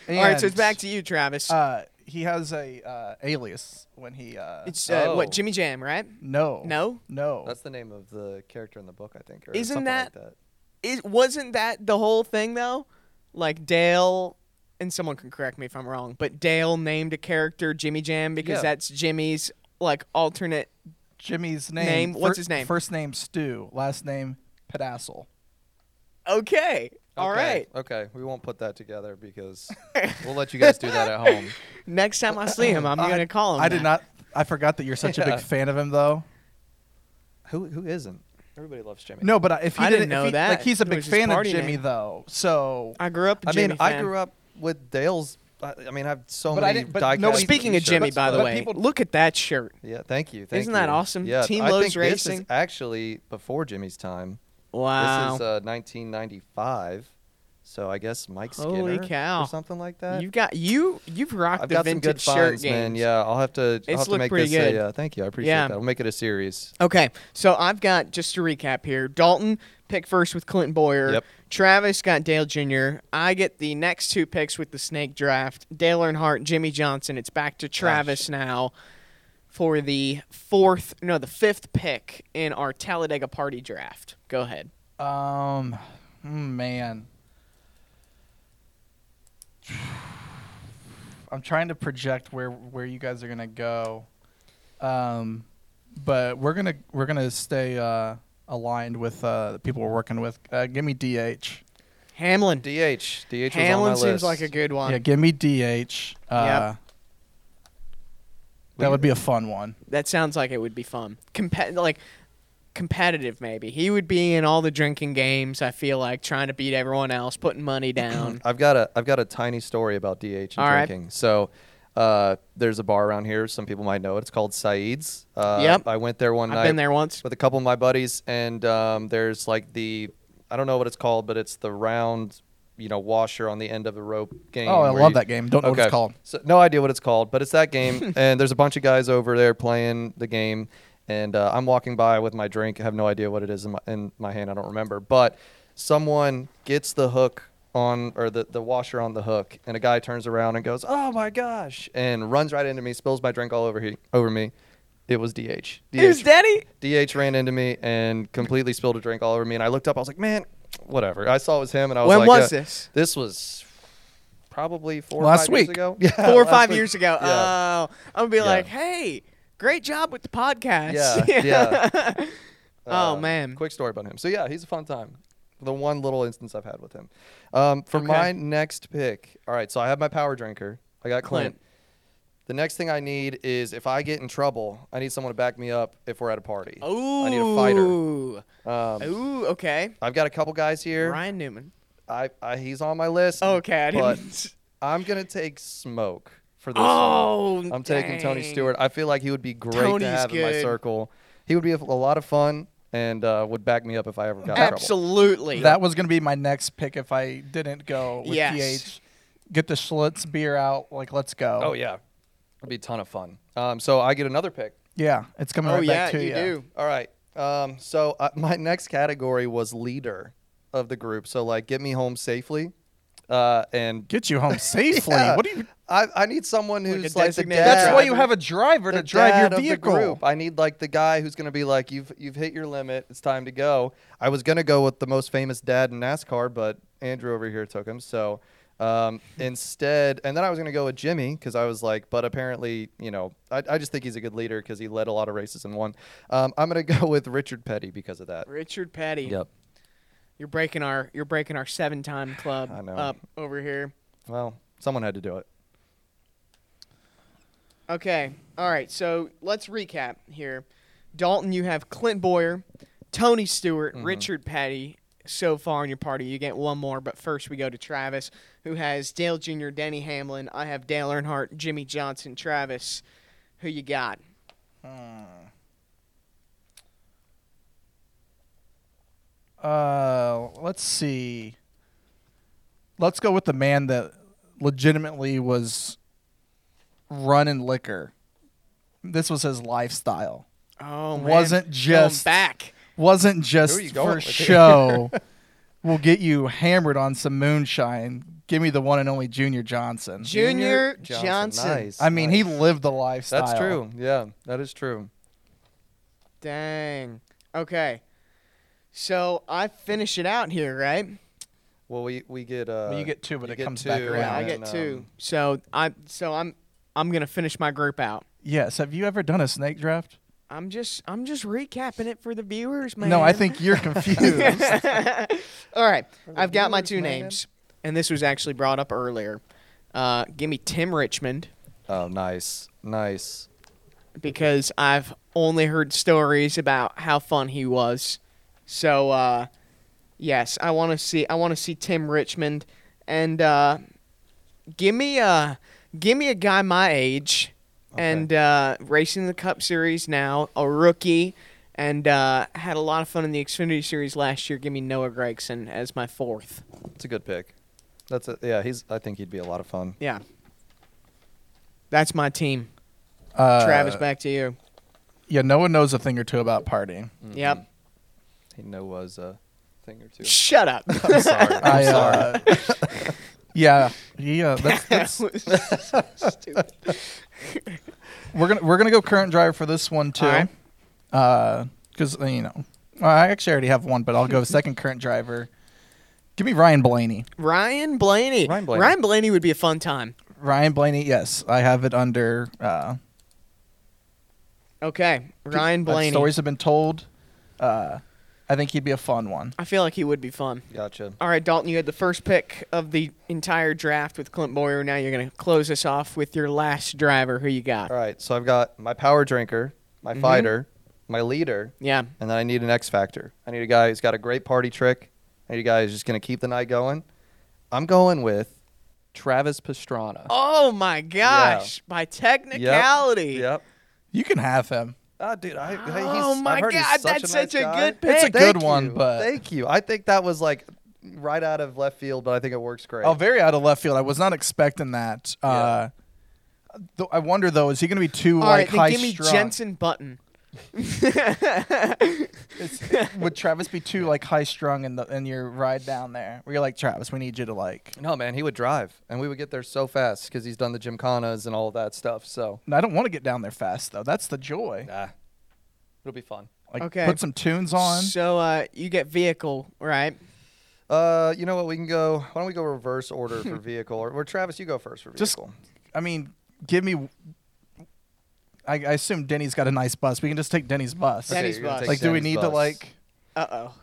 [SPEAKER 3] right, so it's back to you, Travis.
[SPEAKER 6] Uh, he has a uh, alias when he. Uh,
[SPEAKER 3] It's uh,
[SPEAKER 4] oh.
[SPEAKER 3] what Jimmy Jam, right?
[SPEAKER 6] No.
[SPEAKER 3] No.
[SPEAKER 6] No.
[SPEAKER 4] That's the name of the character in the book, I think. Or
[SPEAKER 3] Isn't
[SPEAKER 4] something
[SPEAKER 3] that,
[SPEAKER 4] Like that?
[SPEAKER 3] It wasn't that the whole thing though, like Dale, and someone can correct me if I'm wrong, but Dale named a character Jimmy Jam because
[SPEAKER 6] Yeah.
[SPEAKER 3] that's Jimmy's like alternate.
[SPEAKER 6] Jimmy's name.
[SPEAKER 3] Name, what's
[SPEAKER 6] fir-
[SPEAKER 3] his name?
[SPEAKER 6] First name Stu. Last name Pedassel.
[SPEAKER 3] Okay. All
[SPEAKER 4] Okay,
[SPEAKER 3] right.
[SPEAKER 4] Okay. We won't put that together because we'll let you guys do that at home.
[SPEAKER 3] Next time I see him, I'm gonna call him.
[SPEAKER 6] I did
[SPEAKER 3] that.
[SPEAKER 6] not. I forgot that you're such a
[SPEAKER 4] Yeah.
[SPEAKER 6] big fan of him, though.
[SPEAKER 4] Who who isn't? Everybody loves Jimmy.
[SPEAKER 6] No, but uh, if he
[SPEAKER 3] I didn't
[SPEAKER 6] didn't, if
[SPEAKER 3] know
[SPEAKER 6] he-
[SPEAKER 3] that.
[SPEAKER 6] Like he's a
[SPEAKER 3] It
[SPEAKER 6] big
[SPEAKER 3] was his
[SPEAKER 6] fan of
[SPEAKER 3] party
[SPEAKER 6] Jimmy,
[SPEAKER 3] name.
[SPEAKER 6] though. So
[SPEAKER 3] I grew up. a
[SPEAKER 4] I mean,
[SPEAKER 3] Jimmy
[SPEAKER 4] I
[SPEAKER 3] fan.
[SPEAKER 4] grew up with Dale's. I, I mean, I have so
[SPEAKER 6] But I
[SPEAKER 4] many.
[SPEAKER 6] didn't- but
[SPEAKER 4] diecast
[SPEAKER 6] nobody-
[SPEAKER 3] Speaking of
[SPEAKER 4] t-shirts,
[SPEAKER 3] Jimmy, by the
[SPEAKER 4] but-
[SPEAKER 3] way, look at that shirt.
[SPEAKER 4] Yeah, thank you. Thank
[SPEAKER 3] Isn't that
[SPEAKER 4] you.
[SPEAKER 3] awesome?
[SPEAKER 4] Yeah,
[SPEAKER 3] Team
[SPEAKER 4] I
[SPEAKER 3] Lowe's
[SPEAKER 4] think This
[SPEAKER 3] Racing.
[SPEAKER 4] is actually before Jimmy's time.
[SPEAKER 3] Wow.
[SPEAKER 4] This is uh, 1995. So I guess Mike Skinner
[SPEAKER 3] Holy cow.
[SPEAKER 4] or something like that.
[SPEAKER 3] You've got you. You've rocked
[SPEAKER 4] uh, I've
[SPEAKER 3] the
[SPEAKER 4] got some
[SPEAKER 3] vintage
[SPEAKER 4] good
[SPEAKER 3] shirt
[SPEAKER 4] finds, man.
[SPEAKER 3] games.
[SPEAKER 4] Yeah, I'll have to. I'll
[SPEAKER 3] It's
[SPEAKER 4] have to
[SPEAKER 3] looked
[SPEAKER 4] make
[SPEAKER 3] pretty
[SPEAKER 4] this
[SPEAKER 3] good.
[SPEAKER 4] A, uh, thank you. I appreciate
[SPEAKER 3] Yeah.
[SPEAKER 4] that. We'll make it a series.
[SPEAKER 3] Okay, so I've got just to recap here. Dalton pick first with Clinton Boyer.
[SPEAKER 4] Yep.
[SPEAKER 3] Travis got Dale Jr. I get the next two picks with the snake draft. Dale Earnhardt, Jimmy Johnson. It's back to Travis now for the fourth, no, the fifth pick in our Talladega Party draft. Go ahead.
[SPEAKER 6] Um, mm, man, I'm trying to project where where you guys are gonna go. Um, but we're gonna we're gonna stay uh, aligned with uh, the people we're working with. Uh, give me DH.
[SPEAKER 3] Hamlin.
[SPEAKER 4] DH.
[SPEAKER 3] Hamlin
[SPEAKER 4] DH was on my
[SPEAKER 3] seems
[SPEAKER 4] list.
[SPEAKER 3] like a good one.
[SPEAKER 6] Yeah, give me DH. Uh, That would be a fun one.
[SPEAKER 3] That sounds like it would be fun. Compe- like competitive maybe. He would be in all the drinking games, I feel like, trying to beat everyone else, putting money down.
[SPEAKER 4] I've got a I've got a tiny story about DH and
[SPEAKER 3] All right.
[SPEAKER 4] drinking. So uh, there's a bar around here. Some people might know it. It's called Saeed's. Uh,
[SPEAKER 3] Yep.
[SPEAKER 4] I went there one
[SPEAKER 3] I've
[SPEAKER 4] night.
[SPEAKER 3] been there once.
[SPEAKER 4] with a couple of my buddies, and um, there's like the I don't know what it's called, but it's the round you know washer on the end of the rope game.
[SPEAKER 6] Oh, I
[SPEAKER 4] where
[SPEAKER 6] love
[SPEAKER 4] you-
[SPEAKER 6] that game. Don't know what it's
[SPEAKER 4] Okay.
[SPEAKER 6] called.
[SPEAKER 4] So, no idea what it's called, but it's that game, and there's a bunch of guys over there playing the game, and uh, I'm walking by with my drink. I have no idea what it is in my, in my hand. I don't remember, but someone gets the hook on or the, the washer on the hook, and a guy turns around and goes, "Oh my gosh!" and runs right into me, spills my drink all over he, over me. It was DH. DH.
[SPEAKER 3] It was Daddy.
[SPEAKER 4] DH ran into me and completely spilled a drink all over me. And I looked up. I was like, man, whatever. I saw it was him, and I was
[SPEAKER 3] When
[SPEAKER 4] like,
[SPEAKER 3] was
[SPEAKER 4] uh,
[SPEAKER 3] this?
[SPEAKER 4] This was probably four
[SPEAKER 6] Last
[SPEAKER 4] or five years
[SPEAKER 6] week.
[SPEAKER 4] ago. Yeah,
[SPEAKER 3] Four or
[SPEAKER 4] last
[SPEAKER 3] five
[SPEAKER 4] week.
[SPEAKER 3] years ago.
[SPEAKER 4] Yeah.
[SPEAKER 3] Oh, I'm gonna be
[SPEAKER 4] Yeah.
[SPEAKER 3] like, hey, great job with the podcast.
[SPEAKER 4] Yeah, yeah.
[SPEAKER 3] oh
[SPEAKER 4] Uh,
[SPEAKER 3] man.
[SPEAKER 4] Quick story about him. So yeah, he's a fun time. The one little instance I've had with him. Um, for
[SPEAKER 3] Okay.
[SPEAKER 4] my next pick, all right. So I have my power drinker. I got Clint.
[SPEAKER 3] Clint.
[SPEAKER 4] The next thing I need is if I get in trouble, I need someone to back me up if we're at a party.
[SPEAKER 3] Ooh.
[SPEAKER 4] I need a fighter.
[SPEAKER 3] Ooh.
[SPEAKER 4] Um,
[SPEAKER 3] Okay.
[SPEAKER 4] I've got a couple guys here.
[SPEAKER 3] Ryan Newman.
[SPEAKER 4] I, I he's on my list.
[SPEAKER 3] Oh, Okay. I
[SPEAKER 4] but
[SPEAKER 3] didn't.
[SPEAKER 4] I'm gonna take smoke for this. one.
[SPEAKER 3] Oh.
[SPEAKER 4] I'm taking Tony
[SPEAKER 3] dang.
[SPEAKER 4] Stewart. I feel like he would be great
[SPEAKER 3] Tony's
[SPEAKER 4] to have in my
[SPEAKER 3] good.
[SPEAKER 4] circle. He would be a, a lot of fun and uh, would back me up if I ever got in trouble.
[SPEAKER 3] Absolutely.
[SPEAKER 6] That was going to be my next pick if I didn't go with
[SPEAKER 3] Yes.
[SPEAKER 6] DH. Get the Schlitz beer out. Like, let's go.
[SPEAKER 4] Oh yeah, it'd be a ton of fun. Um, so I get another pick.
[SPEAKER 6] Yeah, it's coming
[SPEAKER 3] Oh
[SPEAKER 6] right
[SPEAKER 3] yeah,
[SPEAKER 6] back to
[SPEAKER 3] you
[SPEAKER 6] you.
[SPEAKER 3] do.
[SPEAKER 4] All right. Um, so uh, my next category was leader of the group. So like, get me home safely. Uh, and
[SPEAKER 6] Get you home safely.
[SPEAKER 4] Yeah.
[SPEAKER 6] What do you?
[SPEAKER 4] I, I need someone who's
[SPEAKER 3] a
[SPEAKER 4] like, the
[SPEAKER 3] designated
[SPEAKER 4] dad.
[SPEAKER 6] That's why you
[SPEAKER 3] driver.
[SPEAKER 6] have a driver
[SPEAKER 4] the
[SPEAKER 6] to drive
[SPEAKER 4] dad
[SPEAKER 6] your
[SPEAKER 4] of the
[SPEAKER 6] vehicle.
[SPEAKER 4] group. I need like the guy who's going to be like, you've you've hit your limit. It's time to go. I was going to go with the most famous dad in NASCAR, but Andrew over here took him. So um, instead, and then I was going to go with Jimmy because I was like, but apparently, you know, I, I just think he's a good leader because he led a lot of races and won. Um, I'm going to go with Richard Petty because of that.
[SPEAKER 3] Richard Petty.
[SPEAKER 4] Yep.
[SPEAKER 3] You're breaking our you're breaking our seven time club
[SPEAKER 4] I know.
[SPEAKER 3] up over here.
[SPEAKER 4] Well, someone had to do it.
[SPEAKER 3] Okay. All right. So let's recap here. Dalton, you have Clint Boyer, Tony Stewart,
[SPEAKER 4] Mm-hmm.
[SPEAKER 3] Richard Petty so far in your party. You get one more, but first we go to Travis, who has Dale Jr., Denny Hamlin. I have Dale Earnhardt, Jimmy Johnson, Travis. Who you got?
[SPEAKER 6] Uh, let's see. Let's go with the man that legitimately was running liquor. This was his lifestyle.
[SPEAKER 3] Oh, man.
[SPEAKER 6] wasn't
[SPEAKER 3] Going
[SPEAKER 6] just
[SPEAKER 3] back.
[SPEAKER 6] Wasn't
[SPEAKER 4] you
[SPEAKER 6] just
[SPEAKER 4] going
[SPEAKER 6] for
[SPEAKER 4] with here?
[SPEAKER 6] show. we'll get you hammered on some moonshine. Give me the one and only Junior Johnson.
[SPEAKER 3] Junior Johnson.
[SPEAKER 4] Johnson, nice.
[SPEAKER 6] I mean, he
[SPEAKER 4] nice.
[SPEAKER 6] lived the lifestyle.
[SPEAKER 4] That's true. Yeah, that is true.
[SPEAKER 3] Dang. Okay. So I finish it out here, right?
[SPEAKER 4] Well, we we get uh.
[SPEAKER 6] Well, you get two, but
[SPEAKER 4] you
[SPEAKER 6] it
[SPEAKER 4] get
[SPEAKER 6] comes back
[SPEAKER 4] two,
[SPEAKER 6] around.
[SPEAKER 4] and
[SPEAKER 3] I get
[SPEAKER 4] then,
[SPEAKER 3] two.
[SPEAKER 4] um,
[SPEAKER 3] So I so I'm I'm gonna finish my group out.
[SPEAKER 6] Yes. Have you ever done a snake draft?
[SPEAKER 3] I'm just I'm just recapping it for the viewers, man.
[SPEAKER 6] No, I think you're confused.
[SPEAKER 3] All right, I've got my two names, and this was actually brought up earlier. Uh, give me Tim Richmond
[SPEAKER 4] oh, nice, nice.
[SPEAKER 3] because I've only heard stories about how fun he was. So uh, yes, I want to see I want to see Tim Richmond, and uh, give me a give me a guy my age, and uh, racing the Cup Series now, a rookie, and uh, had a lot of fun in the Xfinity Series last year. Give me Noah Gregson as my fourth.
[SPEAKER 4] It's a good pick. That's a, yeah. He's. I think he'd be a lot of fun.
[SPEAKER 3] Yeah, that's my team. Travis, back to you.
[SPEAKER 6] yeah, no one knows a thing or two about partying.
[SPEAKER 3] Yep.
[SPEAKER 4] He know was a thing or two.
[SPEAKER 3] Shut up.
[SPEAKER 4] I'm sorry. I'm
[SPEAKER 6] I,
[SPEAKER 4] sorry.
[SPEAKER 6] uh, yeah, yeah. That's, that's, we're gonna we're gonna go current driver for this one too,
[SPEAKER 3] All right.
[SPEAKER 6] because you know well, I actually already have one, but I'll go second current driver. Give me Ryan Blaney.
[SPEAKER 3] Ryan Blaney.
[SPEAKER 4] Ryan Blaney.
[SPEAKER 3] would be a fun time.
[SPEAKER 6] Ryan Blaney. Yes, I have it under. Uh,
[SPEAKER 3] Okay, Ryan
[SPEAKER 6] that
[SPEAKER 3] Blaney.
[SPEAKER 6] stories have been told. Uh, I think he'd be a fun one.
[SPEAKER 3] I feel like he would be fun.
[SPEAKER 4] Gotcha.
[SPEAKER 3] All right, Dalton, you had the first pick of the entire draft with Clint Boyer. Now you're going to close us off with your last driver. Who you got?
[SPEAKER 4] All right. So I've got my power drinker, my fighter, my leader.
[SPEAKER 3] Mm-hmm. Yeah.
[SPEAKER 4] And then I need an X factor. I need a guy who's got a great party trick. I need a guy who's just gonna keep the night going. I'm going with Travis Pastrana.
[SPEAKER 3] Oh my gosh! By technicality.
[SPEAKER 4] Yep.
[SPEAKER 6] You can have him.
[SPEAKER 4] Ah, dude, I, I- he's,
[SPEAKER 3] Oh
[SPEAKER 4] I've
[SPEAKER 3] my
[SPEAKER 4] heard he's
[SPEAKER 3] God,
[SPEAKER 4] such
[SPEAKER 3] that's
[SPEAKER 4] a nice
[SPEAKER 3] such a
[SPEAKER 4] guy.
[SPEAKER 3] good
[SPEAKER 6] It's a
[SPEAKER 3] pick.
[SPEAKER 6] good
[SPEAKER 4] Thank
[SPEAKER 6] one,
[SPEAKER 4] you,
[SPEAKER 6] but
[SPEAKER 4] thank you. I think that was like right out of left field, but I think it works great.
[SPEAKER 6] Oh, very out of left field. I was not expecting that. Uh, th- I wonder though, is he going to be too
[SPEAKER 3] All right,
[SPEAKER 6] like high
[SPEAKER 3] then give me
[SPEAKER 6] strung?
[SPEAKER 3] Jensen Button.
[SPEAKER 6] Would Travis be too like high strung in the in your ride down there? Where you're like, Travis, we need you to like.
[SPEAKER 4] No, man, he would drive, and we would get there so fast because he's done the gymkhanas and all of that stuff. So
[SPEAKER 6] And I don't want to get down there fast though. That's the joy.
[SPEAKER 4] nah, it'll be fun.
[SPEAKER 6] Like,
[SPEAKER 3] Okay.
[SPEAKER 6] put some tunes on.
[SPEAKER 3] So uh, you get vehicle, right?
[SPEAKER 4] Uh, you know what? We can go. Why don't we go reverse order for vehicle? Or, or Travis, you go first for
[SPEAKER 6] Just-
[SPEAKER 4] vehicle.
[SPEAKER 6] I mean, give me. I, I assume Denny's got a nice bus. We can just take Denny's bus.
[SPEAKER 3] Okay, Denny's
[SPEAKER 4] you're gonna
[SPEAKER 3] bus.
[SPEAKER 4] take
[SPEAKER 6] Like, do we
[SPEAKER 4] Denny's
[SPEAKER 6] need to
[SPEAKER 4] bus.
[SPEAKER 6] like?
[SPEAKER 3] Uh oh.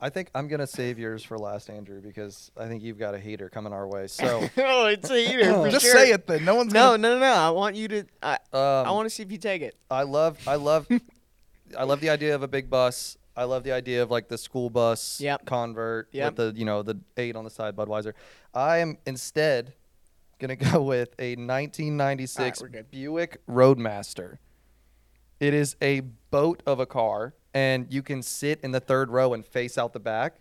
[SPEAKER 4] I think I'm gonna save yours for last, Andrew, because I think you've got a hater coming our way. So
[SPEAKER 3] Oh, it's a heater. for
[SPEAKER 6] Just
[SPEAKER 3] sure.
[SPEAKER 6] say it then. No one's
[SPEAKER 3] No,
[SPEAKER 6] gonna
[SPEAKER 3] no, no, no. I want you to. I, I
[SPEAKER 4] um,
[SPEAKER 3] want to see if you take it.
[SPEAKER 4] I love, I love, I love the idea of a big bus. I love the idea of like the school bus
[SPEAKER 3] Yep.
[SPEAKER 4] convert
[SPEAKER 3] Yep.
[SPEAKER 4] with the you know the eight on the side Budweiser. I am instead gonna go with a 1996
[SPEAKER 3] All right, we're good.
[SPEAKER 4] Buick Roadmaster. It is a boat of a car, and you can sit in the third row and face out the back.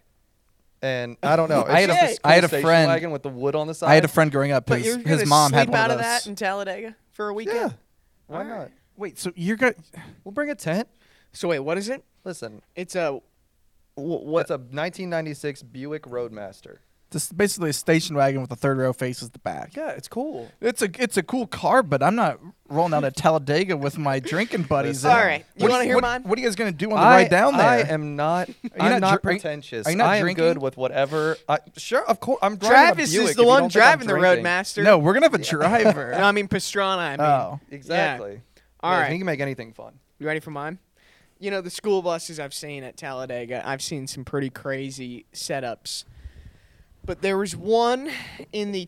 [SPEAKER 4] And I don't know. it's
[SPEAKER 6] I had a-
[SPEAKER 4] just this
[SPEAKER 6] I had
[SPEAKER 4] cool
[SPEAKER 6] a
[SPEAKER 4] station
[SPEAKER 6] friend-
[SPEAKER 4] wagon with the wood on the side.
[SPEAKER 6] I had a friend growing up.
[SPEAKER 3] But
[SPEAKER 6] His,
[SPEAKER 3] you're gonna
[SPEAKER 6] his mom
[SPEAKER 3] sleep
[SPEAKER 6] had one
[SPEAKER 3] out
[SPEAKER 6] of
[SPEAKER 3] of,
[SPEAKER 6] those.
[SPEAKER 3] that in Talladega for a weekend.
[SPEAKER 4] Yeah. Why not?
[SPEAKER 6] Wait, so you're going
[SPEAKER 4] We'll bring a tent.
[SPEAKER 3] So wait, what is it?
[SPEAKER 4] Listen,
[SPEAKER 3] It's a wh- what?
[SPEAKER 4] what's a 1996 Buick Roadmaster?
[SPEAKER 6] this is basically a station wagon with a third row faces the back.
[SPEAKER 4] Yeah, it's cool.
[SPEAKER 6] It's a it's a cool car, but I'm not rolling out a Talladega with my drinking buddies.
[SPEAKER 3] All
[SPEAKER 6] in it.
[SPEAKER 3] right. You
[SPEAKER 6] What do
[SPEAKER 3] wanna hear
[SPEAKER 6] what-
[SPEAKER 3] mine?
[SPEAKER 6] What are you guys gonna do on the ride down there?
[SPEAKER 4] I am not. I'm
[SPEAKER 6] not
[SPEAKER 4] not,
[SPEAKER 6] dr- are you-
[SPEAKER 4] pretentious.
[SPEAKER 6] are you not
[SPEAKER 4] I am
[SPEAKER 6] drinking?
[SPEAKER 4] good with whatever. I, sure, of course. I'm driving a
[SPEAKER 3] Travis
[SPEAKER 4] Buick
[SPEAKER 3] is
[SPEAKER 4] if
[SPEAKER 3] the
[SPEAKER 4] you
[SPEAKER 3] one
[SPEAKER 4] don't think I'm
[SPEAKER 3] driving the
[SPEAKER 4] drinking.
[SPEAKER 3] Roadmaster.
[SPEAKER 6] no, we're gonna have a driver.
[SPEAKER 3] No, I mean Pastrana. I mean,
[SPEAKER 6] oh,
[SPEAKER 4] Exactly.
[SPEAKER 3] All
[SPEAKER 4] Yeah,
[SPEAKER 3] right.
[SPEAKER 4] He can make anything fun.
[SPEAKER 3] you ready for mine? you know, the school buses I've seen at Talladega, I've seen some pretty crazy setups. But there was one in the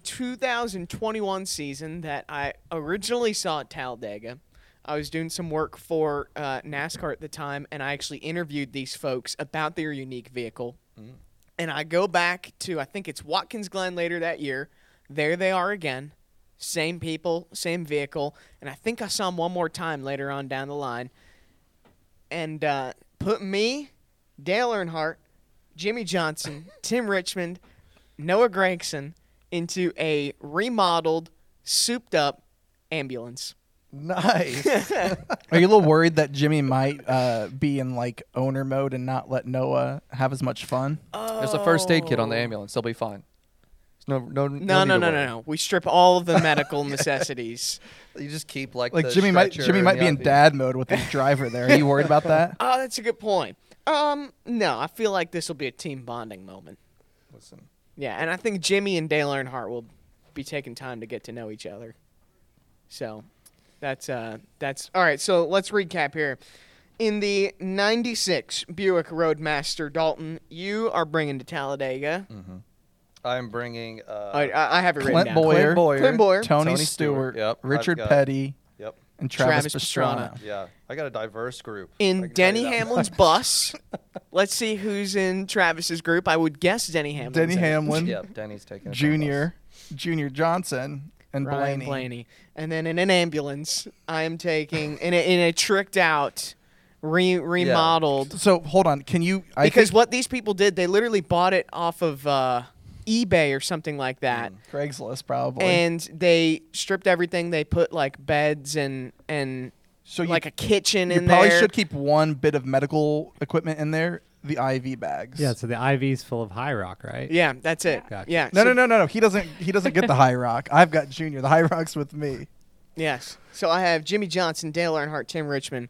[SPEAKER 3] 2021 season that I originally saw at Talladega. I was doing some work for uh, NASCAR at the time, and I actually interviewed these folks about their unique vehicle. And I go back to, I think it's Watkins Glen later that year. There they are again. Same people, same vehicle. And I think I saw them one more time later on down the line. And uh, put me, Dale Earnhardt, Jimmy Johnson, Tim Richmond, Noah Gregson into a remodeled, souped up ambulance.
[SPEAKER 6] Nice. Are you a little worried that Jimmy might uh, be in like owner mode and not let Noah have as much fun?
[SPEAKER 4] There's a first aid kit on the ambulance. They'll be fine. There's no,
[SPEAKER 3] No, no,
[SPEAKER 4] no, need to
[SPEAKER 3] no, no,
[SPEAKER 4] worry.
[SPEAKER 3] no. We strip all of the medical necessities.
[SPEAKER 4] You just keep like
[SPEAKER 6] Like
[SPEAKER 4] the
[SPEAKER 6] Jimmy might
[SPEAKER 4] stretcher
[SPEAKER 6] Jimmy
[SPEAKER 4] and
[SPEAKER 6] might
[SPEAKER 4] the
[SPEAKER 6] be in
[SPEAKER 4] IV.
[SPEAKER 6] dad mode with his driver there. Are you worried about that?
[SPEAKER 3] Oh, that's a good point. Um, no, I feel like this will be a team bonding moment.
[SPEAKER 4] Listen,
[SPEAKER 3] Yeah, and I think Jimmy and Dale Earnhardt will be taking time to get to know each other. So that's uh that's all right, so let's recap here. In the 96 Buick Roadmaster Dalton, you are bringing to Talladega.
[SPEAKER 4] Mm. I'm bringing. Uh,
[SPEAKER 3] I, I I have it written
[SPEAKER 6] Clint
[SPEAKER 3] down.
[SPEAKER 6] Boyer,
[SPEAKER 4] Clint Boyer,
[SPEAKER 3] Clint Boyer.
[SPEAKER 6] Tony,
[SPEAKER 4] Tony Stewart,
[SPEAKER 6] Stewart,
[SPEAKER 4] yep, I've
[SPEAKER 6] Richard
[SPEAKER 4] got-
[SPEAKER 6] Petty,
[SPEAKER 4] Yep.
[SPEAKER 6] and Travis,
[SPEAKER 3] Travis
[SPEAKER 6] Pastrana.
[SPEAKER 4] Yeah, I got a diverse group. I
[SPEAKER 3] In
[SPEAKER 4] can tell you
[SPEAKER 3] Denny
[SPEAKER 4] that
[SPEAKER 3] Hamlin's bus. Let's see who's in Travis's group. I would guess Denny Hamlin.
[SPEAKER 6] Denny
[SPEAKER 4] much.
[SPEAKER 6] Hamlin,
[SPEAKER 4] Yep, Denny's taking it.
[SPEAKER 6] Junior, Junior Johnson, and
[SPEAKER 3] Ryan
[SPEAKER 6] Blaney.
[SPEAKER 3] Blaney. And then in an ambulance, I am taking in a, in a tricked out, re- remodeled.
[SPEAKER 6] So hold on, can you? I
[SPEAKER 3] Because
[SPEAKER 6] think
[SPEAKER 3] what these people did, they literally bought it off of uh, eBay or something like that,
[SPEAKER 6] Mm. Craigslist probably.
[SPEAKER 3] and they stripped everything. They put like beds and and
[SPEAKER 6] so you,
[SPEAKER 3] like a kitchen
[SPEAKER 6] you
[SPEAKER 3] in
[SPEAKER 6] probably
[SPEAKER 3] there.
[SPEAKER 6] should keep one bit of medical equipment in there, the IV bags.
[SPEAKER 5] Yeah, so the IV's full of high rock, right?
[SPEAKER 3] yeah, that's it.
[SPEAKER 5] Gotcha.
[SPEAKER 3] Yeah.
[SPEAKER 6] No,
[SPEAKER 3] so-
[SPEAKER 6] no, no, no, no. He doesn't. He doesn't get the high rock. I've got Junior. The high rock's with me.
[SPEAKER 3] Yes. So I have Jimmy Johnson, Dale Earnhardt, Tim Richmond,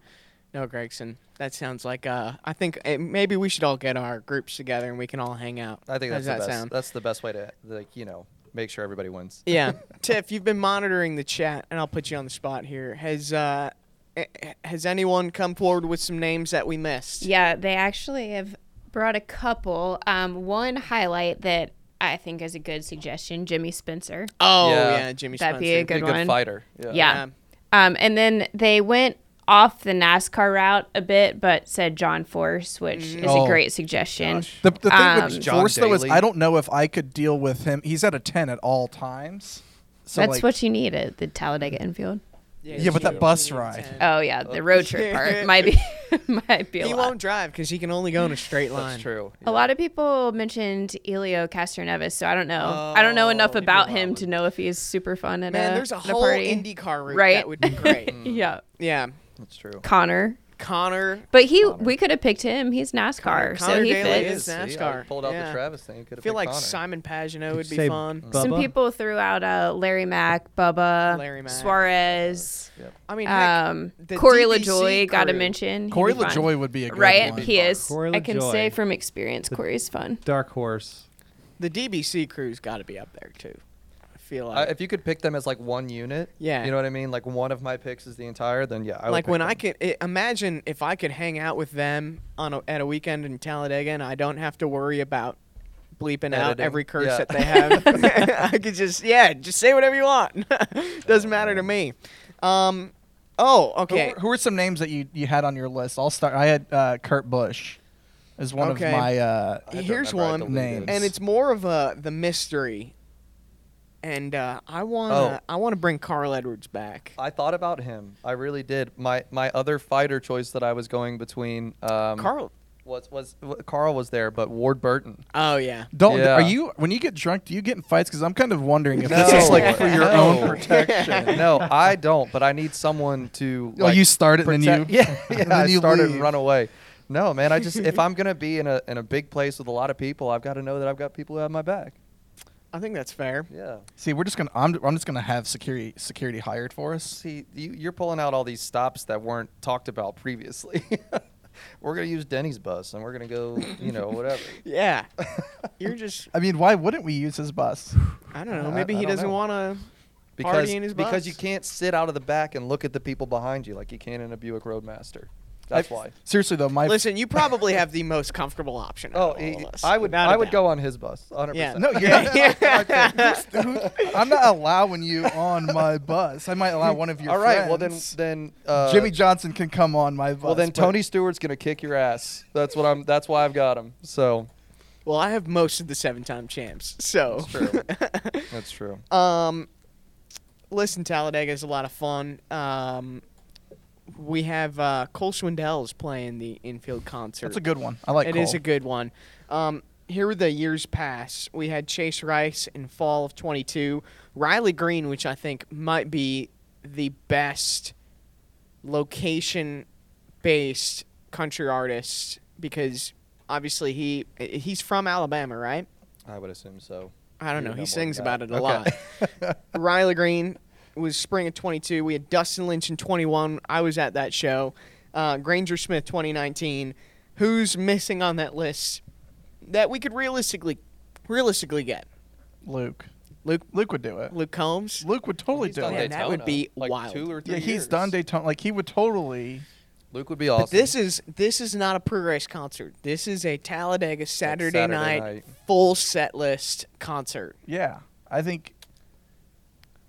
[SPEAKER 3] Noah Gregson. That sounds like uh, I think uh, maybe we should all get our groups together and we can all hang out.
[SPEAKER 4] I think
[SPEAKER 3] How does
[SPEAKER 4] that's the
[SPEAKER 3] that
[SPEAKER 4] best.
[SPEAKER 3] sound?
[SPEAKER 4] That's the best way to like you know make sure everybody wins.
[SPEAKER 3] Yeah, Tiff, you've been monitoring the chat, and I'll put you on the spot here. Has uh, eh, eh, has anyone come forward with some names that we missed?
[SPEAKER 7] Yeah, they actually have brought a couple. Um, one highlight that I think is a good suggestion Jimmy Spencer.
[SPEAKER 3] Oh
[SPEAKER 4] Yeah.
[SPEAKER 3] yeah, Jimmy
[SPEAKER 7] That'd be
[SPEAKER 3] Spencer.
[SPEAKER 7] a good
[SPEAKER 4] Be a good
[SPEAKER 7] one.
[SPEAKER 4] fighter.
[SPEAKER 7] Yeah. Um, and then they went off the NASCAR route a bit, but said John Force, which
[SPEAKER 3] Mm-hmm.
[SPEAKER 7] is
[SPEAKER 6] Oh,
[SPEAKER 7] a great suggestion.
[SPEAKER 6] The, the thing
[SPEAKER 7] Um,
[SPEAKER 3] Ah.
[SPEAKER 6] with
[SPEAKER 4] John
[SPEAKER 6] Force though is
[SPEAKER 4] Daly.
[SPEAKER 6] I don't know if I could deal with him. He's at a ten at all times. So
[SPEAKER 7] That's
[SPEAKER 6] like,
[SPEAKER 7] what you need at the Talladega infield.
[SPEAKER 6] Yeah, but that bus ride.
[SPEAKER 7] Oh yeah, the road trip part might be might be a
[SPEAKER 3] He
[SPEAKER 7] lot. Mm.
[SPEAKER 3] won't drive because he can only go in a straight line.
[SPEAKER 4] That's true.
[SPEAKER 7] A
[SPEAKER 3] Oh.
[SPEAKER 7] lot of people mentioned Elio Castroneves, so I don't know. I don't
[SPEAKER 3] Oh,
[SPEAKER 7] know enough about him to know if he's super fun at
[SPEAKER 3] Man,
[SPEAKER 7] a
[SPEAKER 3] there's a
[SPEAKER 7] at
[SPEAKER 3] whole
[SPEAKER 7] party.
[SPEAKER 3] IndyCar route
[SPEAKER 7] Right.
[SPEAKER 3] that would be great.
[SPEAKER 7] yeah,
[SPEAKER 3] yeah,
[SPEAKER 4] That's true.
[SPEAKER 7] Connor.
[SPEAKER 3] Connor.
[SPEAKER 7] But he, we could have picked him. He's NASCAR, so
[SPEAKER 3] Connor
[SPEAKER 7] he
[SPEAKER 3] Daly
[SPEAKER 7] fits.
[SPEAKER 3] is
[SPEAKER 4] See, I
[SPEAKER 3] NASCAR.
[SPEAKER 4] pulled out
[SPEAKER 3] Yeah.
[SPEAKER 4] the Travis thing. You
[SPEAKER 3] I
[SPEAKER 4] could have
[SPEAKER 3] feel
[SPEAKER 4] picked
[SPEAKER 3] like
[SPEAKER 4] Connor.
[SPEAKER 3] Simon Pagino would be
[SPEAKER 5] Say
[SPEAKER 3] fun.
[SPEAKER 5] Bubba?
[SPEAKER 7] Some people threw out uh, Larry Mack, Bubba,
[SPEAKER 3] Larry Mack.
[SPEAKER 7] Suarez,
[SPEAKER 3] I mean, heck,
[SPEAKER 7] um,
[SPEAKER 3] the E
[SPEAKER 7] Corey
[SPEAKER 3] DVC
[SPEAKER 7] LaJoy. Got to
[SPEAKER 3] crew.
[SPEAKER 7] mention He'd
[SPEAKER 6] Corey
[SPEAKER 7] be fun.
[SPEAKER 6] LaJoy would be a good
[SPEAKER 7] Right,
[SPEAKER 6] one.
[SPEAKER 7] he is.
[SPEAKER 5] Corey
[SPEAKER 7] I can say
[SPEAKER 5] LaJoy.
[SPEAKER 7] from experience, Corey's fun.
[SPEAKER 5] Dark horse.
[SPEAKER 3] the DBC crew's got to be up there too. I feel
[SPEAKER 4] I,
[SPEAKER 3] like
[SPEAKER 4] if you could pick them as like one unit,
[SPEAKER 3] Yeah.
[SPEAKER 4] you know what I mean. Like one of my picks is the entire. Then yeah, I would
[SPEAKER 3] like
[SPEAKER 4] pick
[SPEAKER 3] when
[SPEAKER 4] them.
[SPEAKER 3] I could i imagine if I could hang out with them on a, at a weekend in Talladega and I don't have to worry about bleeping out
[SPEAKER 4] Editing.
[SPEAKER 3] every curse
[SPEAKER 4] Yeah.
[SPEAKER 3] that they have. I could just yeah, just say whatever you want. Doesn't matter to me. Um, oh,
[SPEAKER 6] Who,
[SPEAKER 3] okay.
[SPEAKER 6] were- who are some names that you, you had on your list? I'll start. I had uh, Kurt Busch as one
[SPEAKER 3] Okay.
[SPEAKER 6] of my. Uh,
[SPEAKER 4] I had to
[SPEAKER 3] Here's
[SPEAKER 4] remember I
[SPEAKER 3] one.
[SPEAKER 4] deleted
[SPEAKER 6] Names.
[SPEAKER 4] it.
[SPEAKER 3] And it's more of a the mystery. And uh, I want
[SPEAKER 4] Oh.
[SPEAKER 3] to I want to bring Carl Edwards back.
[SPEAKER 4] I thought about him. I really did. My my other fighter choice that I was going between um,
[SPEAKER 3] Carl.
[SPEAKER 4] was was w- Carl was there, but Ward Burton.
[SPEAKER 3] Oh yeah.
[SPEAKER 6] Dalton,
[SPEAKER 4] Yeah.
[SPEAKER 6] are you when you get drunk? Do you get in fights? Because I'm kind of wondering if
[SPEAKER 4] No.
[SPEAKER 6] this is like for your
[SPEAKER 4] No.
[SPEAKER 6] own protection.
[SPEAKER 4] no, I don't. But I need someone to.
[SPEAKER 6] Oh,
[SPEAKER 4] like,
[SPEAKER 6] you start it and then
[SPEAKER 4] protect-
[SPEAKER 6] you
[SPEAKER 4] yeah, yeah.
[SPEAKER 6] and then
[SPEAKER 4] I
[SPEAKER 6] you
[SPEAKER 4] start it and
[SPEAKER 6] leave.
[SPEAKER 4] run away. No, man. I just if I'm gonna be in a in a big place with a lot of people, I've got to know that I've got people who have my back.
[SPEAKER 3] I think that's fair.
[SPEAKER 4] Yeah.
[SPEAKER 6] See, we're just gonna. I'm, I'm just gonna have security security hired for us.
[SPEAKER 4] See, you, you're pulling out all these stops that weren't talked about previously. we're gonna use Denny's bus, and we're gonna go, you know, whatever.
[SPEAKER 3] Yeah. You're just
[SPEAKER 6] I mean, why wouldn't we use his bus?
[SPEAKER 3] I don't know.
[SPEAKER 4] I-
[SPEAKER 3] Maybe
[SPEAKER 4] I
[SPEAKER 3] he
[SPEAKER 4] don't
[SPEAKER 3] doesn't
[SPEAKER 4] know.
[SPEAKER 3] want to
[SPEAKER 4] Because
[SPEAKER 3] Party in his
[SPEAKER 4] because
[SPEAKER 3] bus.
[SPEAKER 4] you can't sit out of the back and look at the people behind you like you can in a Buick Roadmaster. That's why.
[SPEAKER 6] Seriously though, my
[SPEAKER 3] Listen, you probably have the most comfortable option. out
[SPEAKER 4] Oh,
[SPEAKER 3] of all
[SPEAKER 4] he-
[SPEAKER 3] of us,
[SPEAKER 4] I would.
[SPEAKER 3] without a
[SPEAKER 4] I would
[SPEAKER 3] doubt.
[SPEAKER 4] go on his bus. 100.
[SPEAKER 3] Yeah.
[SPEAKER 4] percent
[SPEAKER 3] No, yeah.
[SPEAKER 6] I'm not allowing you on my bus. I might allow one of your
[SPEAKER 4] All right. Well then,
[SPEAKER 6] friends.
[SPEAKER 4] then uh,
[SPEAKER 6] Jimmy Johnson can come on my bus.
[SPEAKER 4] Well then,
[SPEAKER 6] but-
[SPEAKER 4] Tony Stewart's gonna kick your ass. That's what I'm. That's why I've got him. So
[SPEAKER 3] Well, I have most of the seven-time champs. So,
[SPEAKER 4] that's true.
[SPEAKER 3] um, listen, Talladega is a lot of fun. Um, we have uh, Cole Swindell is playing the infield concert.
[SPEAKER 6] That's a good one. I like
[SPEAKER 3] It
[SPEAKER 6] Cole.
[SPEAKER 3] is a good one. Um, here were the years past. We had Chase Rice in fall of 22, Riley Green, which I think might be the best location based country artist because obviously he he's from Alabama, right?
[SPEAKER 4] I would assume so.
[SPEAKER 3] I don't
[SPEAKER 4] You
[SPEAKER 3] know.
[SPEAKER 4] would
[SPEAKER 3] He
[SPEAKER 4] more
[SPEAKER 3] sings
[SPEAKER 4] than that.
[SPEAKER 3] about it a
[SPEAKER 4] Okay.
[SPEAKER 3] lot. Riley Green was spring of 22. We had Dustin Lynch in 21. I was at that show. Uh, Granger Smith 2019. Who's missing on that list that we could realistically realistically get?
[SPEAKER 6] Luke.
[SPEAKER 3] Luke
[SPEAKER 6] Luke would do it.
[SPEAKER 3] Luke Combs.
[SPEAKER 6] Luke would totally
[SPEAKER 4] He's
[SPEAKER 6] do
[SPEAKER 4] done
[SPEAKER 6] it.
[SPEAKER 3] Man, that would
[SPEAKER 4] Daytona,
[SPEAKER 3] be
[SPEAKER 4] like
[SPEAKER 3] wild.
[SPEAKER 4] Two or three
[SPEAKER 6] Yeah, he's
[SPEAKER 4] years.
[SPEAKER 6] done Daytona. Like he would totally.
[SPEAKER 4] Luke would be awesome.
[SPEAKER 3] But this is this is not a pre-race concert. This is a Talladega Saturday,
[SPEAKER 4] Saturday
[SPEAKER 3] night,
[SPEAKER 4] night.
[SPEAKER 3] full set list concert.
[SPEAKER 6] Yeah, I think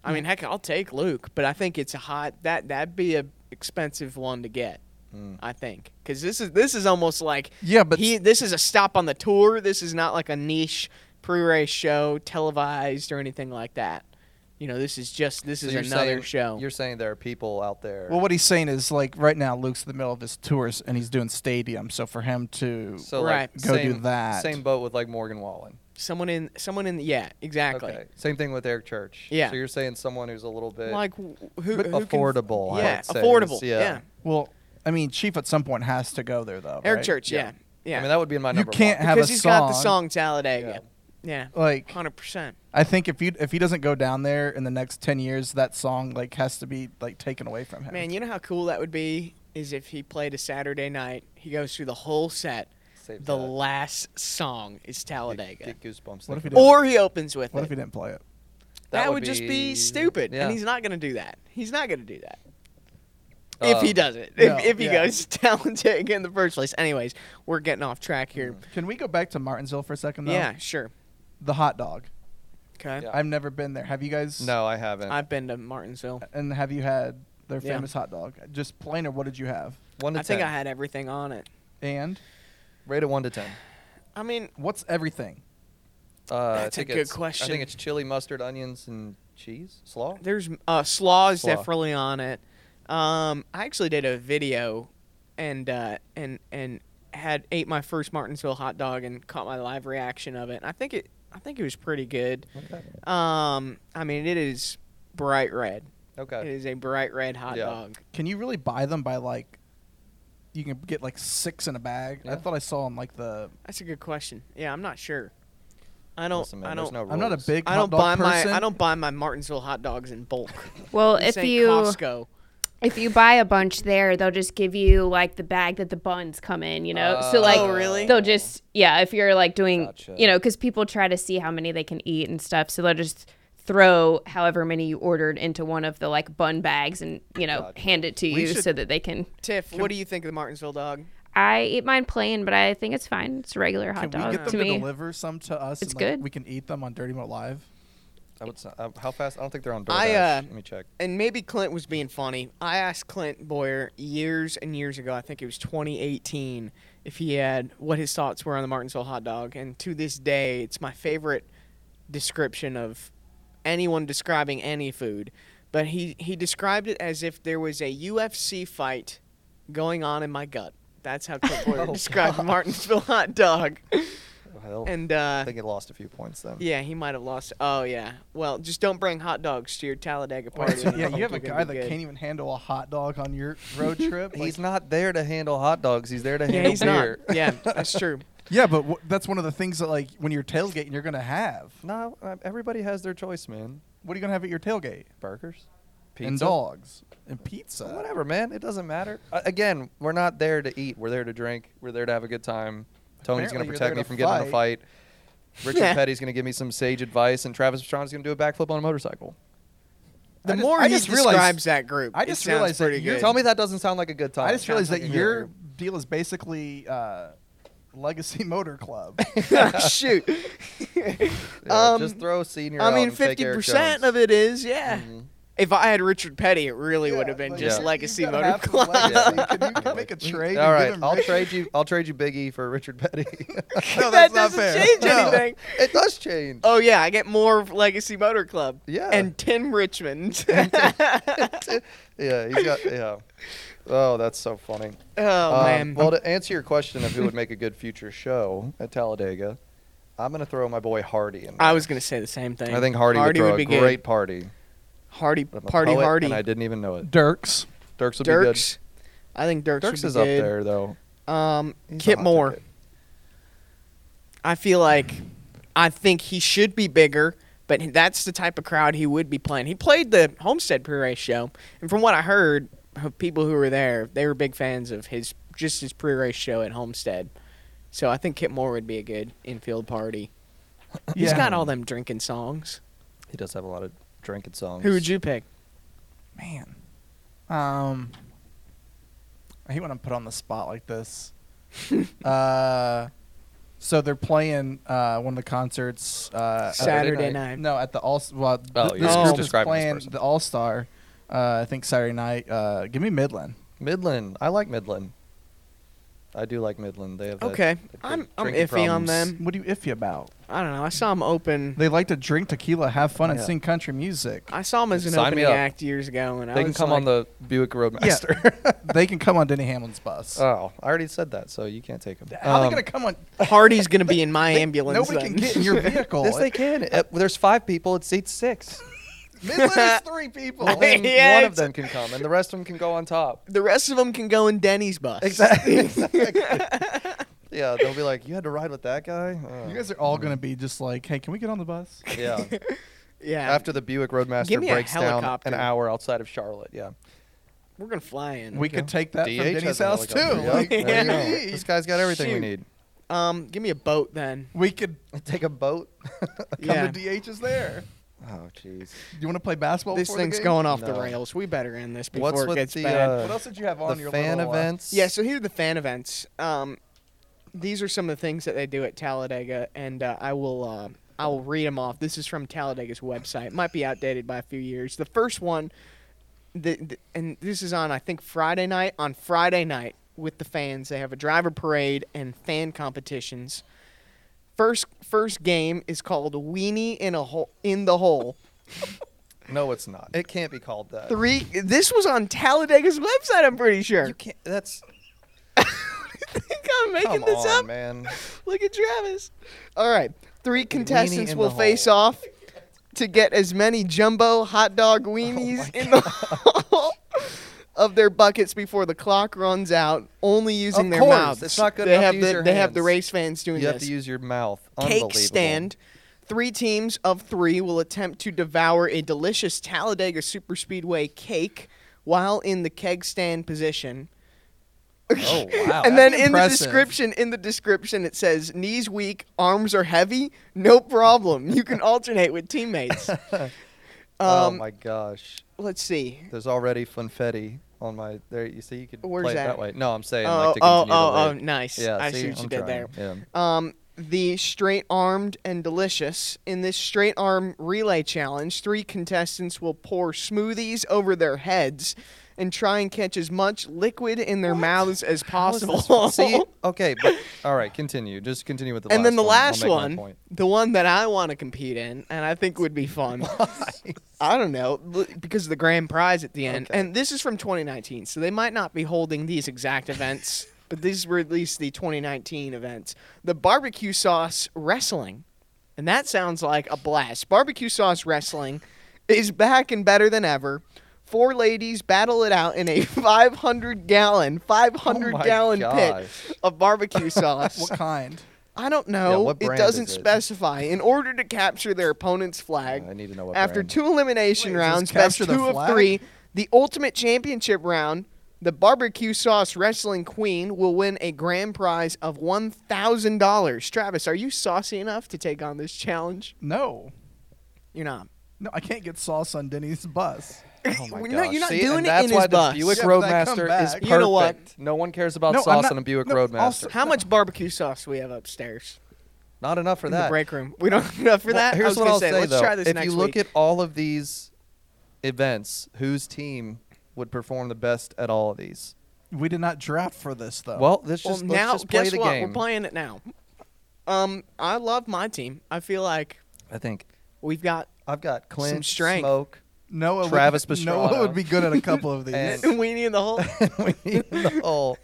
[SPEAKER 3] I mean, heck, I'll take Luke, but I think it's a hot that that'd be a expensive one to get.
[SPEAKER 4] Hmm.
[SPEAKER 3] I think because this is this is almost like
[SPEAKER 6] Yeah, but-
[SPEAKER 3] he this is a stop on the tour. This is not like a niche pre-race show televised or anything like that. You know, this is just this
[SPEAKER 4] So
[SPEAKER 3] is
[SPEAKER 4] you're
[SPEAKER 3] another
[SPEAKER 4] saying-
[SPEAKER 3] show.
[SPEAKER 4] You're saying there are people out there.
[SPEAKER 6] Well, what he's saying is like right now, Luke's in the middle of his tours and he's doing stadium. So for him to,
[SPEAKER 4] so
[SPEAKER 3] Right.
[SPEAKER 4] like,
[SPEAKER 6] Go do
[SPEAKER 4] same,
[SPEAKER 6] that.
[SPEAKER 4] Same boat with like Morgan Wallen.
[SPEAKER 3] Someone in someone in yeah exactly.
[SPEAKER 4] Okay. Same thing with Eric Church.
[SPEAKER 3] Yeah.
[SPEAKER 4] So you're saying someone who's a little bit
[SPEAKER 3] Like wh- who, who can-
[SPEAKER 4] affordable. I
[SPEAKER 3] yeah,
[SPEAKER 4] would say,
[SPEAKER 3] affordable.
[SPEAKER 4] is-
[SPEAKER 3] Yeah.
[SPEAKER 6] well, I mean, Chief at some point has to go there though.
[SPEAKER 3] Eric
[SPEAKER 6] right?
[SPEAKER 3] Church. Yeah,
[SPEAKER 4] Yeah.
[SPEAKER 3] yeah.
[SPEAKER 4] I mean, that would be my
[SPEAKER 6] You
[SPEAKER 4] number.
[SPEAKER 6] can't
[SPEAKER 4] one.
[SPEAKER 6] have
[SPEAKER 3] because
[SPEAKER 6] a
[SPEAKER 3] he's got the song
[SPEAKER 6] song.
[SPEAKER 3] Talladega. Yeah,
[SPEAKER 6] Like-
[SPEAKER 3] hundred percent.
[SPEAKER 6] I think if you if he doesn't go down there in the next ten years, that song like has to be like taken away from him.
[SPEAKER 3] Man, you know how cool that would be is if he played a Saturday night. He goes through the whole set.
[SPEAKER 4] Save
[SPEAKER 3] the
[SPEAKER 4] that.
[SPEAKER 3] last song is
[SPEAKER 4] Get-
[SPEAKER 3] Talladega,
[SPEAKER 4] Get goosebumps.
[SPEAKER 6] What if he
[SPEAKER 4] thinking
[SPEAKER 6] does-
[SPEAKER 3] or he opens with
[SPEAKER 6] what
[SPEAKER 3] it.
[SPEAKER 6] if he didn't play it?
[SPEAKER 3] that,
[SPEAKER 4] That
[SPEAKER 3] would,
[SPEAKER 4] would
[SPEAKER 3] just be
[SPEAKER 4] be-
[SPEAKER 3] stupid,
[SPEAKER 4] yeah.
[SPEAKER 3] and he's not going to do that. He's not going to do that. if
[SPEAKER 4] Uh,
[SPEAKER 3] he does it,
[SPEAKER 6] no,
[SPEAKER 3] if, if he
[SPEAKER 6] yeah.
[SPEAKER 3] goes Talladega in the first place. Anyways, we're getting off track here.
[SPEAKER 6] Can we go back to Martinsville for a second? though?
[SPEAKER 3] Yeah, sure.
[SPEAKER 6] The hot dog.
[SPEAKER 3] Okay.
[SPEAKER 4] Yeah.
[SPEAKER 6] I've never been there. Have you guys?
[SPEAKER 4] about- No, I haven't.
[SPEAKER 3] I've been to Martinsville.
[SPEAKER 6] And have you had their
[SPEAKER 3] Yeah.
[SPEAKER 6] famous hot dog? Just plain, or what did you have?
[SPEAKER 4] one to
[SPEAKER 3] I think
[SPEAKER 4] ten.
[SPEAKER 3] I had everything on it.
[SPEAKER 6] And
[SPEAKER 4] Rate it one to ten.
[SPEAKER 3] I mean,
[SPEAKER 6] what's everything?
[SPEAKER 4] Uh,
[SPEAKER 3] That's a
[SPEAKER 4] I think
[SPEAKER 3] good
[SPEAKER 4] it's- I
[SPEAKER 3] question.
[SPEAKER 4] think it's chili, mustard, onions, and cheese. Slaw.
[SPEAKER 3] there's uh, slaw is
[SPEAKER 4] Slaw.
[SPEAKER 3] definitely on it. Um, I actually did a video, and uh, and and had ate my first Martinsville hot dog and caught my live reaction of it. And I think it I think it was pretty good. Um, I mean it is bright red. It
[SPEAKER 4] Okay.
[SPEAKER 3] is a bright red hot
[SPEAKER 4] Yeah.
[SPEAKER 3] dog.
[SPEAKER 6] Can you really buy them by like? You can get like six in a bag. I
[SPEAKER 4] Yeah.
[SPEAKER 6] thought I saw them like the.
[SPEAKER 3] That's a good question. Yeah, I'm not sure. I don't.
[SPEAKER 4] Listen, man,
[SPEAKER 3] I
[SPEAKER 4] there's
[SPEAKER 3] don't.
[SPEAKER 4] no
[SPEAKER 6] I'm not a
[SPEAKER 4] rules.
[SPEAKER 6] big.
[SPEAKER 3] I
[SPEAKER 6] hot
[SPEAKER 3] don't
[SPEAKER 6] dog
[SPEAKER 3] buy
[SPEAKER 6] person.
[SPEAKER 3] my I don't buy my Martinsville hot dogs in bulk.
[SPEAKER 7] Well,
[SPEAKER 3] This
[SPEAKER 7] if
[SPEAKER 3] ain't
[SPEAKER 7] you
[SPEAKER 3] Costco,
[SPEAKER 7] if you buy a bunch there, they'll just give you like the bag that the buns come in, you know. so like,
[SPEAKER 3] Oh, really?
[SPEAKER 7] They'll just yeah, if you're like doing
[SPEAKER 4] Gotcha.
[SPEAKER 7] you know, because people try to see how many they can eat and stuff, so they'll just throw however many you ordered into one of the like bun bags and you know hand it to you so that they can.
[SPEAKER 3] Tiff, what do you think of the Martinsville dog?
[SPEAKER 7] I eat mine plain, but I think it's fine. It's a regular hot
[SPEAKER 6] Can
[SPEAKER 7] dog
[SPEAKER 6] we get them
[SPEAKER 7] to
[SPEAKER 6] to,
[SPEAKER 7] me.
[SPEAKER 6] deliver some to us?
[SPEAKER 7] It's
[SPEAKER 6] and,
[SPEAKER 7] good.
[SPEAKER 6] Like, we can eat them on Dirty Mo Live.
[SPEAKER 4] I would. s- Uh, how fast? I don't think they're on DoorDash.
[SPEAKER 3] I, uh,
[SPEAKER 4] Let me check.
[SPEAKER 3] and maybe Clint was being funny. I asked Clint Boyer years and years ago, I think it was 2018, if he had what his thoughts were on the Martinsville hot dog. And to this day, it's my favorite description of anyone describing any food. But he, he described it as if there was a UFC fight going on in my gut. That's how Clint
[SPEAKER 6] Oh,
[SPEAKER 3] Boyer described the Martinsville hot dog.
[SPEAKER 4] Well,
[SPEAKER 3] And uh,
[SPEAKER 4] I think it lost a few points then.
[SPEAKER 3] yeah, he might have lost. Oh yeah. Well, just don't bring hot dogs to your Talladega party.
[SPEAKER 6] yeah, you have a
[SPEAKER 3] You're gonna be
[SPEAKER 6] guy that
[SPEAKER 3] good.
[SPEAKER 6] can't even handle a hot dog on your road trip.
[SPEAKER 4] He's
[SPEAKER 6] Like,
[SPEAKER 4] not there to handle hot dogs. He's there to
[SPEAKER 3] Yeah,
[SPEAKER 4] handle
[SPEAKER 3] he's
[SPEAKER 4] beer.
[SPEAKER 3] not. Yeah, that's true.
[SPEAKER 6] yeah, but wh- that's one of the things that like when you're tailgating, you're gonna have.
[SPEAKER 4] No, uh, everybody has their choice, man.
[SPEAKER 6] What are you gonna have at your tailgate?
[SPEAKER 4] Burgers, pizza,
[SPEAKER 6] And dogs and pizza.
[SPEAKER 4] whatever, man. It doesn't matter. Uh, again, we're not there to eat. We're there to drink. We're there to have a good time. Tony's
[SPEAKER 6] Apparently
[SPEAKER 4] going
[SPEAKER 6] you're
[SPEAKER 4] to protect
[SPEAKER 6] there
[SPEAKER 4] me
[SPEAKER 6] to
[SPEAKER 4] from getting in a
[SPEAKER 6] fight.
[SPEAKER 4] fight. Richard Petty's going to give me some sage advice, and Travis Pastrana's going to do a backflip on a motorcycle.
[SPEAKER 3] The
[SPEAKER 4] I just-
[SPEAKER 3] more he
[SPEAKER 4] I just
[SPEAKER 3] describes
[SPEAKER 4] realized-
[SPEAKER 3] that group,
[SPEAKER 6] I
[SPEAKER 3] it
[SPEAKER 6] just
[SPEAKER 3] sounds
[SPEAKER 6] realized that
[SPEAKER 3] pretty
[SPEAKER 6] you're
[SPEAKER 3] good.
[SPEAKER 4] Tell me that doesn't sound like a good time.
[SPEAKER 6] I just realized
[SPEAKER 3] like
[SPEAKER 6] that
[SPEAKER 3] a
[SPEAKER 6] your deal is basically uh, Legacy Motor Club.
[SPEAKER 3] Oh, Shoot.
[SPEAKER 4] Yeah,
[SPEAKER 3] um,
[SPEAKER 4] just throw senior.
[SPEAKER 3] I
[SPEAKER 4] out
[SPEAKER 3] mean,
[SPEAKER 4] and take
[SPEAKER 3] fifty
[SPEAKER 4] Eric
[SPEAKER 3] percent
[SPEAKER 4] Jones.
[SPEAKER 3] of it is, yeah.
[SPEAKER 4] Mhm.
[SPEAKER 3] If I had Richard Petty, it really would have been
[SPEAKER 6] like,
[SPEAKER 3] just
[SPEAKER 4] yeah.
[SPEAKER 3] Legacy
[SPEAKER 6] you've got
[SPEAKER 3] Motor
[SPEAKER 6] half of
[SPEAKER 3] Club.
[SPEAKER 6] Legacy. Can you make a trade?
[SPEAKER 4] All
[SPEAKER 6] and give
[SPEAKER 4] right,
[SPEAKER 6] him
[SPEAKER 4] I'll
[SPEAKER 6] Richard?
[SPEAKER 4] trade you. I'll trade you Biggie for Richard Petty.
[SPEAKER 6] No,
[SPEAKER 3] that
[SPEAKER 6] that's not
[SPEAKER 3] doesn't
[SPEAKER 6] fair.
[SPEAKER 3] change
[SPEAKER 6] No.
[SPEAKER 3] anything.
[SPEAKER 4] it does change.
[SPEAKER 3] Oh yeah, I get more of Legacy Motor Club.
[SPEAKER 4] Yeah.
[SPEAKER 3] And Tim Richmond.
[SPEAKER 4] Yeah, he's got. Yeah. Oh, that's so funny.
[SPEAKER 3] oh
[SPEAKER 4] Um,
[SPEAKER 3] man.
[SPEAKER 4] Well, to answer your question of who would make a good future show at Talladega, I'm gonna throw my boy Hardy in.
[SPEAKER 3] I was gonna say the same thing.
[SPEAKER 4] I think Hardy,
[SPEAKER 3] Hardy
[SPEAKER 4] would
[SPEAKER 3] would
[SPEAKER 4] throw
[SPEAKER 3] be
[SPEAKER 4] a great
[SPEAKER 3] good.
[SPEAKER 4] party.
[SPEAKER 3] Hardy
[SPEAKER 4] I'm a
[SPEAKER 3] Party
[SPEAKER 4] poet,
[SPEAKER 3] Hardy.
[SPEAKER 4] and I didn't even know it.
[SPEAKER 6] Dirks.
[SPEAKER 4] Dirks would
[SPEAKER 3] Dirks. I think
[SPEAKER 4] be
[SPEAKER 3] Dirks,
[SPEAKER 4] good. Dirks
[SPEAKER 3] would
[SPEAKER 4] is
[SPEAKER 3] be
[SPEAKER 4] up
[SPEAKER 3] good.
[SPEAKER 4] there though.
[SPEAKER 3] Um,
[SPEAKER 4] He's a
[SPEAKER 3] Kit
[SPEAKER 4] hot
[SPEAKER 3] Moore.
[SPEAKER 4] ticket.
[SPEAKER 3] I feel like I think he should be bigger, but that's the type of crowd he would be playing. He played the Homestead pre-race show, and from what I heard of people who were there, they were big fans of his just his pre-race show at Homestead. So I think Kit Moore would be a good infield party. He's
[SPEAKER 6] Yeah.
[SPEAKER 3] got all them drinking songs.
[SPEAKER 4] He does have a lot of drinking songs.
[SPEAKER 3] Who would you pick?
[SPEAKER 6] Man. Um, I hate when I'm put on the spot like this. uh, so they're playing uh, one of the concerts uh, at-
[SPEAKER 3] Saturday
[SPEAKER 4] night.
[SPEAKER 3] night.
[SPEAKER 6] No, at the All. Well, th-
[SPEAKER 4] Oh,
[SPEAKER 6] this
[SPEAKER 4] you're
[SPEAKER 6] group is
[SPEAKER 4] describing this
[SPEAKER 6] playing
[SPEAKER 4] person.
[SPEAKER 6] the All Star. Uh, I think Saturday night. Uh, give me Midland.
[SPEAKER 4] Midland. I like Midland. I do like Midland. They have that-
[SPEAKER 3] Okay,
[SPEAKER 4] that good
[SPEAKER 3] I'm I'm
[SPEAKER 4] drinking
[SPEAKER 3] iffy on
[SPEAKER 4] problems.
[SPEAKER 3] them.
[SPEAKER 6] What are you iffy about?
[SPEAKER 3] I don't know. I saw him open.
[SPEAKER 6] They like to drink tequila, have
[SPEAKER 3] Oh,
[SPEAKER 6] fun, and
[SPEAKER 4] Yeah.
[SPEAKER 6] sing country music.
[SPEAKER 3] I saw him as an
[SPEAKER 4] Sign me
[SPEAKER 3] opening
[SPEAKER 4] up.
[SPEAKER 3] act years ago, and I
[SPEAKER 4] They can
[SPEAKER 3] was
[SPEAKER 4] come
[SPEAKER 3] like,
[SPEAKER 4] on the Buick Roadmaster.
[SPEAKER 6] they can come on Denny Hamlin's bus.
[SPEAKER 4] oh, I already said that, so you can't take Um, them.
[SPEAKER 6] How are they gonna come on?
[SPEAKER 3] Hardy's gonna be in my ambulance.
[SPEAKER 6] Nobody
[SPEAKER 3] then.
[SPEAKER 6] can get in your vehicle.
[SPEAKER 4] Yes, they can. Uh, there's five people. It seats six.
[SPEAKER 6] Midland is three people.
[SPEAKER 4] Only
[SPEAKER 3] Yeah,
[SPEAKER 4] one of
[SPEAKER 3] it's-
[SPEAKER 4] them can come, and the rest of them can go on top.
[SPEAKER 3] the rest of them can go in Denny's bus.
[SPEAKER 4] Yeah, they'll be like, "You had to ride with that guy." Uh,
[SPEAKER 6] You guys are all gonna be just like, hey, can we get on the bus?
[SPEAKER 4] yeah.
[SPEAKER 3] Yeah.
[SPEAKER 4] After the Buick Roadmaster
[SPEAKER 3] Give me a
[SPEAKER 4] breaks down an
[SPEAKER 3] helicopter.
[SPEAKER 4] hour outside of Charlotte, yeah.
[SPEAKER 3] we're gonna fly in.
[SPEAKER 6] We could take that from
[SPEAKER 4] DH
[SPEAKER 6] Denny's
[SPEAKER 4] has a
[SPEAKER 6] house too.
[SPEAKER 4] helicopter,
[SPEAKER 6] Like,
[SPEAKER 4] yeah.
[SPEAKER 6] what
[SPEAKER 4] There
[SPEAKER 6] do
[SPEAKER 4] you
[SPEAKER 6] you
[SPEAKER 4] go.
[SPEAKER 6] need?
[SPEAKER 4] This guy's got everything
[SPEAKER 3] Shoot.
[SPEAKER 4] we need.
[SPEAKER 3] um, give me a boat then.
[SPEAKER 6] We could
[SPEAKER 4] Take a boat.
[SPEAKER 6] come
[SPEAKER 3] yeah.
[SPEAKER 6] to DH's there.
[SPEAKER 4] oh, jeez.
[SPEAKER 6] You want to play basketball?
[SPEAKER 3] this
[SPEAKER 6] before the
[SPEAKER 3] thing's
[SPEAKER 6] game?
[SPEAKER 3] going off
[SPEAKER 4] No.
[SPEAKER 3] the rails. We better end this before
[SPEAKER 4] What's
[SPEAKER 3] it
[SPEAKER 4] with
[SPEAKER 3] gets
[SPEAKER 4] the,
[SPEAKER 3] bad.
[SPEAKER 4] uh,
[SPEAKER 6] What else did you have on
[SPEAKER 4] the
[SPEAKER 6] your
[SPEAKER 4] fan
[SPEAKER 6] little, uh,
[SPEAKER 4] events?
[SPEAKER 3] yeah. So here are the fan events. Um, these are some of the things that they do at Talladega, and uh, I will uh, I will read them off. This is from Talladega's website. It might be outdated by a few years. The first one, the, the and this is on I think Friday night. On Friday night with the fans, they have a driver parade and fan competitions. First first game is called Weenie in a hole in the hole.
[SPEAKER 4] No, it's not. It can't be called that.
[SPEAKER 3] Three. This was on Talladega's website. I'm pretty sure.
[SPEAKER 4] You can't. That's
[SPEAKER 3] I think I'm making
[SPEAKER 4] come
[SPEAKER 3] this
[SPEAKER 4] on,
[SPEAKER 3] up.
[SPEAKER 4] man.
[SPEAKER 3] Look at Travis. All right. Three contestants
[SPEAKER 4] in
[SPEAKER 3] will
[SPEAKER 4] the
[SPEAKER 3] face
[SPEAKER 4] hole.
[SPEAKER 3] off to get as many jumbo hot
[SPEAKER 4] Oh
[SPEAKER 3] dog weenies in the hole of their buckets before the clock runs out, only using their
[SPEAKER 4] course,
[SPEAKER 3] mouths.
[SPEAKER 4] it's not good
[SPEAKER 3] they
[SPEAKER 4] enough
[SPEAKER 3] have
[SPEAKER 4] to
[SPEAKER 3] the,
[SPEAKER 4] use your
[SPEAKER 3] They have the
[SPEAKER 4] hands.
[SPEAKER 3] race fans doing
[SPEAKER 4] You have
[SPEAKER 3] this.
[SPEAKER 4] to use your mouth.
[SPEAKER 3] Cake
[SPEAKER 4] Unbelievable.
[SPEAKER 3] stand. Three teams of three will attempt to devour a delicious Talladega Superspeedway cake while in the keg stand position.
[SPEAKER 4] Oh wow.
[SPEAKER 3] And then in the
[SPEAKER 6] impressive.
[SPEAKER 3] description, in the description, it says knees weak, arms are heavy. No problem. You can alternate with teammates.
[SPEAKER 4] oh my gosh.
[SPEAKER 3] Let's see.
[SPEAKER 4] There's already funfetti on my there. You see, you could
[SPEAKER 3] Where's
[SPEAKER 4] play it
[SPEAKER 3] that?
[SPEAKER 4] that way. No, I'm saying
[SPEAKER 3] Oh,
[SPEAKER 4] like to
[SPEAKER 3] oh,
[SPEAKER 4] continue the
[SPEAKER 3] oh,
[SPEAKER 4] lead.
[SPEAKER 3] oh, nice.
[SPEAKER 4] Yeah,
[SPEAKER 3] I see
[SPEAKER 4] see
[SPEAKER 3] what you
[SPEAKER 4] I'm
[SPEAKER 3] did
[SPEAKER 4] trying.
[SPEAKER 3] there.
[SPEAKER 4] Yeah.
[SPEAKER 3] Um, the straight armed and delicious. In this straight arm relay challenge, three contestants will pour smoothies over their heads and try and catch as much liquid in their mouths as possible.
[SPEAKER 4] See, okay, but all right, continue. Just continue with the.
[SPEAKER 3] and
[SPEAKER 4] last
[SPEAKER 3] then the
[SPEAKER 4] one. I'll
[SPEAKER 3] last
[SPEAKER 4] make my
[SPEAKER 3] one,
[SPEAKER 4] point.
[SPEAKER 3] the one that I want to compete in, and I think would be fun. I don't know l- because of the grand prize at the end. And this is from 2019, so they might not be holding these exact events, but these were at least the 2019 events. The barbecue sauce wrestling, and that sounds like a blast. Barbecue sauce wrestling is back and better than ever. Four ladies battle it out in a 500 gallon, 500
[SPEAKER 4] my
[SPEAKER 3] gallon
[SPEAKER 4] gosh.
[SPEAKER 3] pit of barbecue sauce.
[SPEAKER 6] What kind?
[SPEAKER 3] I don't know.
[SPEAKER 4] what brand
[SPEAKER 3] it
[SPEAKER 4] is
[SPEAKER 3] doesn't
[SPEAKER 4] it?
[SPEAKER 3] specify. In order to capture their opponent's flag,
[SPEAKER 4] Yeah, I need to know what
[SPEAKER 3] after
[SPEAKER 4] brand.
[SPEAKER 3] two elimination
[SPEAKER 6] Wait, it says
[SPEAKER 3] rounds, best
[SPEAKER 6] capture the
[SPEAKER 3] two of
[SPEAKER 6] flag?
[SPEAKER 3] three, the ultimate championship round, the barbecue sauce wrestling queen will win a grand prize of one thousand dollars. Travis, are you saucy enough to take on this challenge?
[SPEAKER 6] No,
[SPEAKER 3] You're not.
[SPEAKER 6] No, I can't get sauce on Denny's bus.
[SPEAKER 4] Oh my
[SPEAKER 3] Well,
[SPEAKER 4] gosh.
[SPEAKER 3] no, you're not
[SPEAKER 4] See,
[SPEAKER 3] doing
[SPEAKER 4] and
[SPEAKER 3] it
[SPEAKER 4] that's
[SPEAKER 3] in
[SPEAKER 4] why
[SPEAKER 3] his
[SPEAKER 4] the
[SPEAKER 3] bus.
[SPEAKER 4] Buick
[SPEAKER 6] Yeah, but I come
[SPEAKER 4] Roadmaster is
[SPEAKER 6] back.
[SPEAKER 4] perfect.
[SPEAKER 3] You know what?
[SPEAKER 4] No one cares about
[SPEAKER 6] No, I'm
[SPEAKER 4] sauce
[SPEAKER 6] not-
[SPEAKER 4] on a Buick
[SPEAKER 6] no,
[SPEAKER 4] Roadmaster.
[SPEAKER 6] also-
[SPEAKER 3] How much barbecue sauce do we have upstairs
[SPEAKER 4] not enough for
[SPEAKER 3] in
[SPEAKER 4] that.
[SPEAKER 3] the break room? We don't have enough for
[SPEAKER 4] Well,
[SPEAKER 3] that. I
[SPEAKER 4] Here's
[SPEAKER 3] was
[SPEAKER 4] what
[SPEAKER 3] gonna
[SPEAKER 4] I'll say,
[SPEAKER 3] Let's
[SPEAKER 4] though.
[SPEAKER 3] try this
[SPEAKER 4] if
[SPEAKER 3] next
[SPEAKER 4] you look
[SPEAKER 3] week.
[SPEAKER 4] at all of these events, whose team would perform the best at all of these?
[SPEAKER 6] We did not draft for this though.
[SPEAKER 4] Well, let's
[SPEAKER 3] well,
[SPEAKER 4] just let's
[SPEAKER 3] now
[SPEAKER 4] just play
[SPEAKER 3] guess
[SPEAKER 4] the
[SPEAKER 3] what?
[SPEAKER 4] game.
[SPEAKER 3] We're playing it now. Um, I love my team. I feel like
[SPEAKER 4] I think
[SPEAKER 3] we've got
[SPEAKER 4] I've got Clint,
[SPEAKER 3] strength.
[SPEAKER 4] Smoke,
[SPEAKER 6] Noah
[SPEAKER 4] Travis
[SPEAKER 6] would,
[SPEAKER 4] Pastrana.
[SPEAKER 6] Noah would be good at a couple of these.
[SPEAKER 4] And-
[SPEAKER 3] we need the whole.
[SPEAKER 4] we need the whole.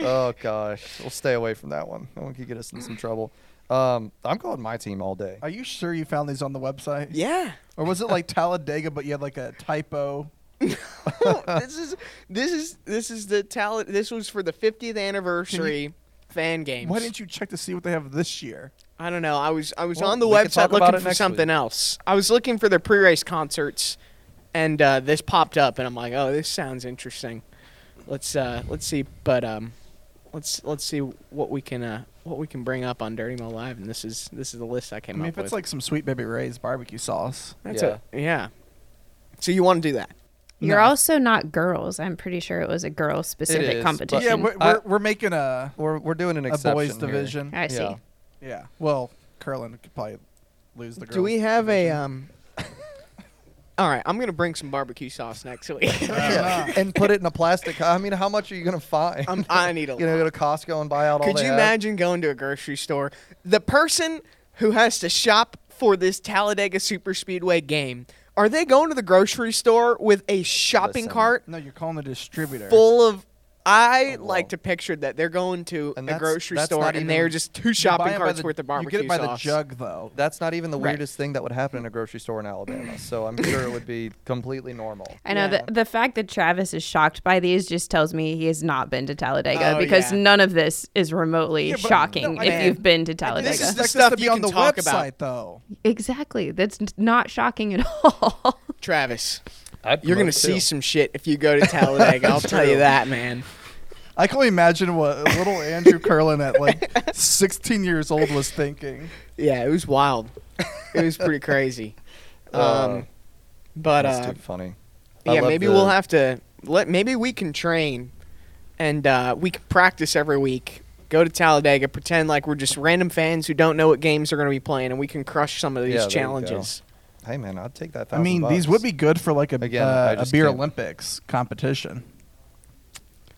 [SPEAKER 4] Oh gosh, we'll stay away from that one. That one could get us in some trouble. Um, I'm calling my team all day.
[SPEAKER 6] Are you sure you found these on the website?
[SPEAKER 3] yeah.
[SPEAKER 6] Or was it like Talladega, but you had like a typo?
[SPEAKER 3] this is this is this is the talent. This was for the 50th anniversary fan games.
[SPEAKER 6] Why didn't you check to see what they have this year?
[SPEAKER 3] I don't know. I was I was
[SPEAKER 4] Well,
[SPEAKER 3] on the
[SPEAKER 4] we could
[SPEAKER 3] website
[SPEAKER 4] talk about
[SPEAKER 3] looking
[SPEAKER 4] it
[SPEAKER 3] for
[SPEAKER 4] next
[SPEAKER 3] something
[SPEAKER 4] week.
[SPEAKER 3] else. I was looking for their pre-race concerts, and uh, this popped up, and I'm like, oh, this sounds interesting. Let's uh, let's see, but um, let's let's see what we can uh, what we can bring up on Dirty Mo Live, and this is this is the list I
[SPEAKER 6] I
[SPEAKER 3] came
[SPEAKER 6] mean,
[SPEAKER 3] up
[SPEAKER 6] if it's
[SPEAKER 3] with.
[SPEAKER 6] like some Sweet Baby Ray's barbecue sauce,
[SPEAKER 3] That's yeah. yeah. So you want to do that?
[SPEAKER 7] You're
[SPEAKER 6] No.
[SPEAKER 7] also not girls. I'm pretty sure it was a girl
[SPEAKER 4] It
[SPEAKER 7] specific
[SPEAKER 4] is,
[SPEAKER 7] competition.
[SPEAKER 6] yeah,
[SPEAKER 4] Yeah,
[SPEAKER 6] we're,
[SPEAKER 4] we're-
[SPEAKER 6] we're,
[SPEAKER 4] I-
[SPEAKER 6] making a
[SPEAKER 4] We're we're doing an
[SPEAKER 6] a
[SPEAKER 4] exception
[SPEAKER 6] boys
[SPEAKER 4] here.
[SPEAKER 6] division.
[SPEAKER 7] I see.
[SPEAKER 4] Yeah.
[SPEAKER 6] Yeah. Well, Curlin could probably lose the girls.
[SPEAKER 3] Do we have a
[SPEAKER 6] division.
[SPEAKER 3] um? All right, I'm gonna bring some barbecue sauce next week.
[SPEAKER 4] Yeah. and put it in a plastic. I mean, how much are you gonna find?
[SPEAKER 3] I'm, I need a.
[SPEAKER 4] you know,
[SPEAKER 3] lot.
[SPEAKER 4] go to Costco and buy out all.
[SPEAKER 3] Could
[SPEAKER 4] they
[SPEAKER 3] you
[SPEAKER 4] have?
[SPEAKER 3] imagine going to a grocery store? The person who has to shop for this Talladega Superspeedway game, are they going to the grocery store with a shopping
[SPEAKER 4] Listen.
[SPEAKER 3] cart
[SPEAKER 6] No, you're calling a distributor.
[SPEAKER 3] full of? I
[SPEAKER 4] Oh,
[SPEAKER 3] like
[SPEAKER 4] well.
[SPEAKER 3] to picture that they're going to
[SPEAKER 4] And
[SPEAKER 3] a
[SPEAKER 4] that's-
[SPEAKER 3] grocery
[SPEAKER 4] that's
[SPEAKER 3] store
[SPEAKER 4] not
[SPEAKER 3] and
[SPEAKER 4] even-
[SPEAKER 3] they're just two
[SPEAKER 6] You buy
[SPEAKER 3] shopping
[SPEAKER 6] it by
[SPEAKER 3] carts
[SPEAKER 6] the-
[SPEAKER 3] worth of barbecue
[SPEAKER 6] You get it by
[SPEAKER 3] sauce.
[SPEAKER 6] the jug, though.
[SPEAKER 4] That's not even the
[SPEAKER 7] Right.
[SPEAKER 4] weirdest thing that would happen in a grocery store in Alabama. So I'm sure it would be completely normal.
[SPEAKER 7] I know
[SPEAKER 3] Yeah.
[SPEAKER 7] the, the fact that Travis is shocked by these just tells me he has not been to Talladega
[SPEAKER 3] Oh,
[SPEAKER 7] because
[SPEAKER 3] yeah.
[SPEAKER 7] none of this is remotely
[SPEAKER 6] Yeah, but-
[SPEAKER 7] shocking
[SPEAKER 6] no, I
[SPEAKER 7] if
[SPEAKER 6] mean-
[SPEAKER 7] you've been to
[SPEAKER 3] this
[SPEAKER 7] Talladega.
[SPEAKER 3] is the
[SPEAKER 6] Expect this
[SPEAKER 3] stuff
[SPEAKER 6] to be
[SPEAKER 3] you
[SPEAKER 6] on
[SPEAKER 3] can
[SPEAKER 6] the
[SPEAKER 3] talk
[SPEAKER 6] website,
[SPEAKER 3] about.
[SPEAKER 6] though.
[SPEAKER 7] exactly. That's n- not shocking at all.
[SPEAKER 3] Travis,
[SPEAKER 1] I'd
[SPEAKER 3] you're gonna
[SPEAKER 1] promote
[SPEAKER 3] see
[SPEAKER 1] too.
[SPEAKER 3] some shit if you go to Talladega. I'll tell you that, man.
[SPEAKER 6] I can only imagine what little Andrew Curlin at like 16 years old was thinking.
[SPEAKER 3] Yeah, it was wild. It was pretty crazy. Um,
[SPEAKER 4] Uh,
[SPEAKER 3] but
[SPEAKER 4] That's
[SPEAKER 3] uh,
[SPEAKER 4] too funny. I
[SPEAKER 3] yeah,
[SPEAKER 4] love
[SPEAKER 3] maybe
[SPEAKER 4] the-
[SPEAKER 3] we'll have to let. Maybe we can train, and uh, we can practice every week. Go to Talladega, pretend like we're just random fans who don't know what games they're going to be playing, and we can crush some of these
[SPEAKER 4] Yeah, there you go.
[SPEAKER 3] challenges.
[SPEAKER 4] Hey man, I'd take that.
[SPEAKER 6] I mean,
[SPEAKER 4] $1,000
[SPEAKER 6] these would be good for like a,
[SPEAKER 4] Again, I
[SPEAKER 6] uh, a
[SPEAKER 4] just
[SPEAKER 6] beer
[SPEAKER 4] can't-
[SPEAKER 6] Olympics competition.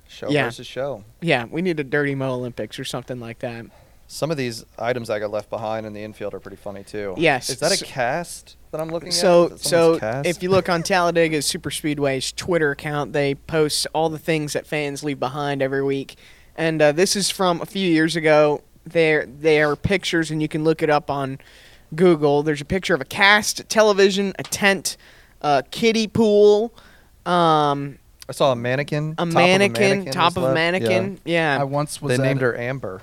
[SPEAKER 4] show
[SPEAKER 3] yeah.
[SPEAKER 4] versus show.
[SPEAKER 3] Yeah, we need a Dirty Mo Olympics or something like that.
[SPEAKER 4] Some of these items I got left behind in the infield are pretty funny too.
[SPEAKER 3] Yes.
[SPEAKER 4] Is that
[SPEAKER 3] So-
[SPEAKER 4] a cast that I'm looking at?
[SPEAKER 3] So,
[SPEAKER 4] Is that someone's
[SPEAKER 3] so
[SPEAKER 4] cast?
[SPEAKER 3] if you look on Talladega Superspeedway's Twitter account, they post all the things that fans leave behind every week, and uh, this is from a few years ago. There, there are pictures, and you can look it up on Google. There's a picture of a cast, a television, a tent, a kiddie pool, um,
[SPEAKER 4] I saw a mannequin.
[SPEAKER 3] a
[SPEAKER 4] top
[SPEAKER 3] mannequin,
[SPEAKER 4] was
[SPEAKER 3] top of a
[SPEAKER 4] left.
[SPEAKER 3] mannequin. Yeah.
[SPEAKER 6] I once
[SPEAKER 4] Yeah.
[SPEAKER 6] was
[SPEAKER 4] They
[SPEAKER 6] at
[SPEAKER 4] named her Amber.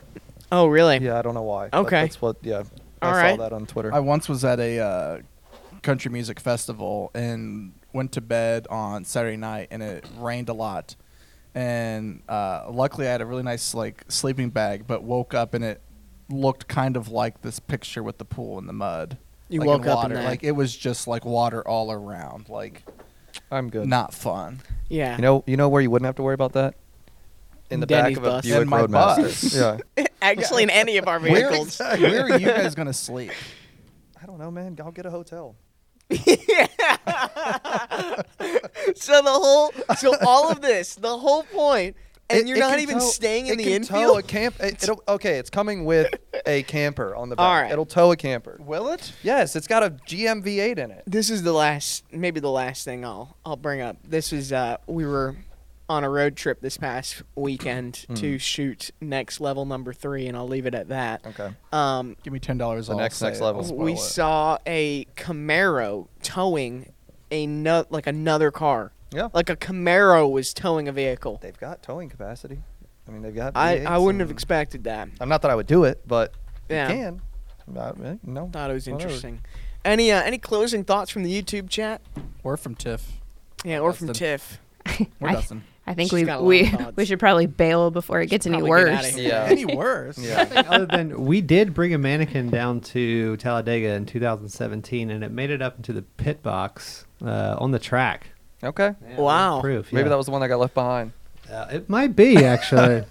[SPEAKER 3] oh, really?
[SPEAKER 4] Yeah, I don't know why. but
[SPEAKER 3] Okay.
[SPEAKER 4] That's what. Yeah. I
[SPEAKER 3] All
[SPEAKER 4] saw
[SPEAKER 3] right.
[SPEAKER 4] that on Twitter.
[SPEAKER 6] I once was at a uh, country music festival and went to bed on Saturday night, and it rained a lot. And uh, luckily, I had a really nice like sleeping bag, but woke up and it looked kind of like this picture with the pool and the mud.
[SPEAKER 3] You
[SPEAKER 6] like,
[SPEAKER 3] woke
[SPEAKER 6] and
[SPEAKER 3] up in
[SPEAKER 6] water.
[SPEAKER 3] that.
[SPEAKER 6] like it was just like water all around, like
[SPEAKER 4] I'm good.
[SPEAKER 6] not fun.
[SPEAKER 3] Yeah.
[SPEAKER 4] You know, you know where you wouldn't have to worry about that? In the
[SPEAKER 3] Denny's
[SPEAKER 4] back of
[SPEAKER 3] bus.
[SPEAKER 4] a Buick
[SPEAKER 6] In my
[SPEAKER 4] Roadmaster.
[SPEAKER 6] bus.
[SPEAKER 4] yeah.
[SPEAKER 3] Actually, in any of our
[SPEAKER 6] Where,
[SPEAKER 3] vehicles.
[SPEAKER 6] where are you guys gonna sleep?
[SPEAKER 4] I don't know, man. I'll get a hotel.
[SPEAKER 3] So the whole, so all of this, the whole point, and
[SPEAKER 4] It-
[SPEAKER 3] you're
[SPEAKER 4] it
[SPEAKER 3] not
[SPEAKER 4] can
[SPEAKER 3] even
[SPEAKER 4] tow-
[SPEAKER 3] staying in
[SPEAKER 4] it
[SPEAKER 3] the
[SPEAKER 4] can
[SPEAKER 3] infield.
[SPEAKER 4] Tow a camp. It, will okay, it's coming with a camper on the back.
[SPEAKER 3] All right.
[SPEAKER 4] It'll tow a camper.
[SPEAKER 6] Will it?
[SPEAKER 4] Yes, it's got a GMV8 in it.
[SPEAKER 3] this is the last, maybe the last thing I'll I'll bring up. This is uh, we were on a road trip this past weekend to shoot next level number three, and I'll leave it at that.
[SPEAKER 4] Okay.
[SPEAKER 3] Um,
[SPEAKER 6] Give me ten dollars.
[SPEAKER 4] The next- next level. Spoil
[SPEAKER 3] we
[SPEAKER 4] it.
[SPEAKER 3] saw a Camaro towing a no- like another car.
[SPEAKER 4] Yeah.
[SPEAKER 3] Uh, Like a Camaro was towing a vehicle.
[SPEAKER 4] They've got towing capacity. I mean, they've got.
[SPEAKER 3] I, I
[SPEAKER 4] V8s
[SPEAKER 3] wouldn't have
[SPEAKER 4] and-
[SPEAKER 3] expected that.
[SPEAKER 4] I'm not that I would do it, but
[SPEAKER 3] Yeah.
[SPEAKER 4] you can. Not, eh, no.
[SPEAKER 3] Thought it was
[SPEAKER 4] whatever.
[SPEAKER 3] interesting. Any uh, any closing thoughts from the YouTube chat?
[SPEAKER 6] We're from Tiff.
[SPEAKER 3] Yeah, or from
[SPEAKER 6] Dustin.
[SPEAKER 3] Tiff.
[SPEAKER 6] We're
[SPEAKER 7] I-
[SPEAKER 6] Dustin.
[SPEAKER 7] I think
[SPEAKER 3] She's
[SPEAKER 7] we
[SPEAKER 3] got a lot
[SPEAKER 7] we,
[SPEAKER 3] of thoughts.
[SPEAKER 7] we should probably bail before it gets any
[SPEAKER 3] probably get outta
[SPEAKER 7] worse.
[SPEAKER 3] here.
[SPEAKER 4] Yeah.
[SPEAKER 6] Any worse?
[SPEAKER 4] Yeah.
[SPEAKER 5] Other than we did bring a mannequin down to Talladega in 2017, and it made it up into the pit box uh, on the track.
[SPEAKER 4] Okay.
[SPEAKER 3] Wow.
[SPEAKER 5] Proof.
[SPEAKER 4] Maybe
[SPEAKER 5] yeah.
[SPEAKER 4] that was the one that got left behind.
[SPEAKER 5] Uh, it might be actually.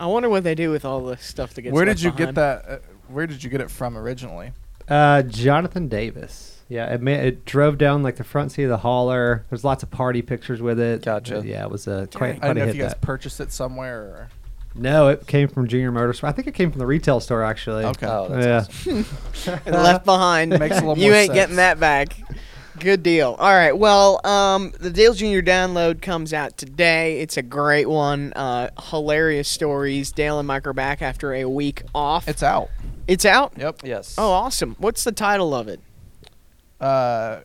[SPEAKER 3] I wonder what they do with all the stuff that gets.
[SPEAKER 6] Where
[SPEAKER 3] left
[SPEAKER 6] did you
[SPEAKER 3] behind.
[SPEAKER 6] get that? Uh, where did you get it from originally?
[SPEAKER 5] Uh, Jonathan Davis. Yeah, it ma- it drove down like the front seat of the hauler. There's lots of party pictures with it.
[SPEAKER 4] Gotcha.
[SPEAKER 5] Uh, yeah, it was a quite,
[SPEAKER 6] I
[SPEAKER 5] quite
[SPEAKER 6] don't know
[SPEAKER 5] a
[SPEAKER 6] if
[SPEAKER 5] hit.
[SPEAKER 6] you guys
[SPEAKER 5] that.
[SPEAKER 6] purchased it somewhere. Or
[SPEAKER 5] no, it came from Junior Motorsport. I think it came from the retail store actually.
[SPEAKER 6] Okay.
[SPEAKER 4] Oh, that's
[SPEAKER 5] yeah.
[SPEAKER 3] And left behind?
[SPEAKER 6] Makes a little
[SPEAKER 3] you
[SPEAKER 6] more
[SPEAKER 3] ain't getting
[SPEAKER 6] sense.
[SPEAKER 3] that back. Good deal. All right. Well, um, the Dale Jr. download comes out today. It's a great one. Uh, hilarious stories. Dale and Mike are back after a week off.
[SPEAKER 6] It's out.
[SPEAKER 3] It's out.
[SPEAKER 6] Yep.
[SPEAKER 4] Yes.
[SPEAKER 3] Oh, awesome! What's the title of it?
[SPEAKER 6] Uh,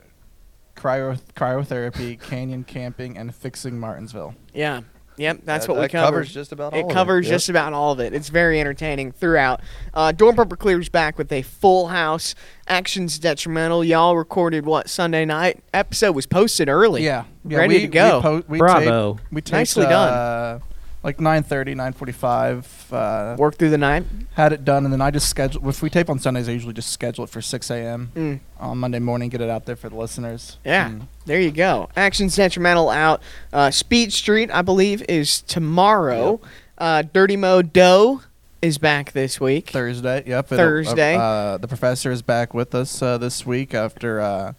[SPEAKER 6] cryo cryotherapy, canyon camping, and fixing Martinsville.
[SPEAKER 3] Yeah. Yep. That's
[SPEAKER 4] That-
[SPEAKER 3] what we
[SPEAKER 4] that
[SPEAKER 3] covered.
[SPEAKER 4] covers just about all
[SPEAKER 3] it
[SPEAKER 4] of it.
[SPEAKER 3] covers
[SPEAKER 4] Yep.
[SPEAKER 3] just about all of it. It's very entertaining throughout. Uh, Dornpurple clears back with a full house. Actions detrimental. Y'all recorded what Sunday night episode was posted early.
[SPEAKER 6] Yeah. yeah
[SPEAKER 3] ready
[SPEAKER 6] we,
[SPEAKER 3] to go.
[SPEAKER 6] We po- we
[SPEAKER 5] Bravo.
[SPEAKER 6] taped- we taped,
[SPEAKER 3] Nicely done.
[SPEAKER 6] Uh, like 9.30, 9.45. Uh,
[SPEAKER 3] Work through the night.
[SPEAKER 6] had it done, and then I just schedule. If we tape on Sundays, I usually just schedule it for 6 a.m.
[SPEAKER 3] Mm.
[SPEAKER 6] on Monday morning, get it out there for the listeners.
[SPEAKER 3] Yeah, there you go. Actions detrimental out. Uh, Speed Street, I believe, is tomorrow. Uh, Dirty Mo Doe is back this week.
[SPEAKER 6] Thursday. Yep. it'll-
[SPEAKER 3] Thursday.
[SPEAKER 6] Uh, uh, the professor is back with us uh, this week after, uh, I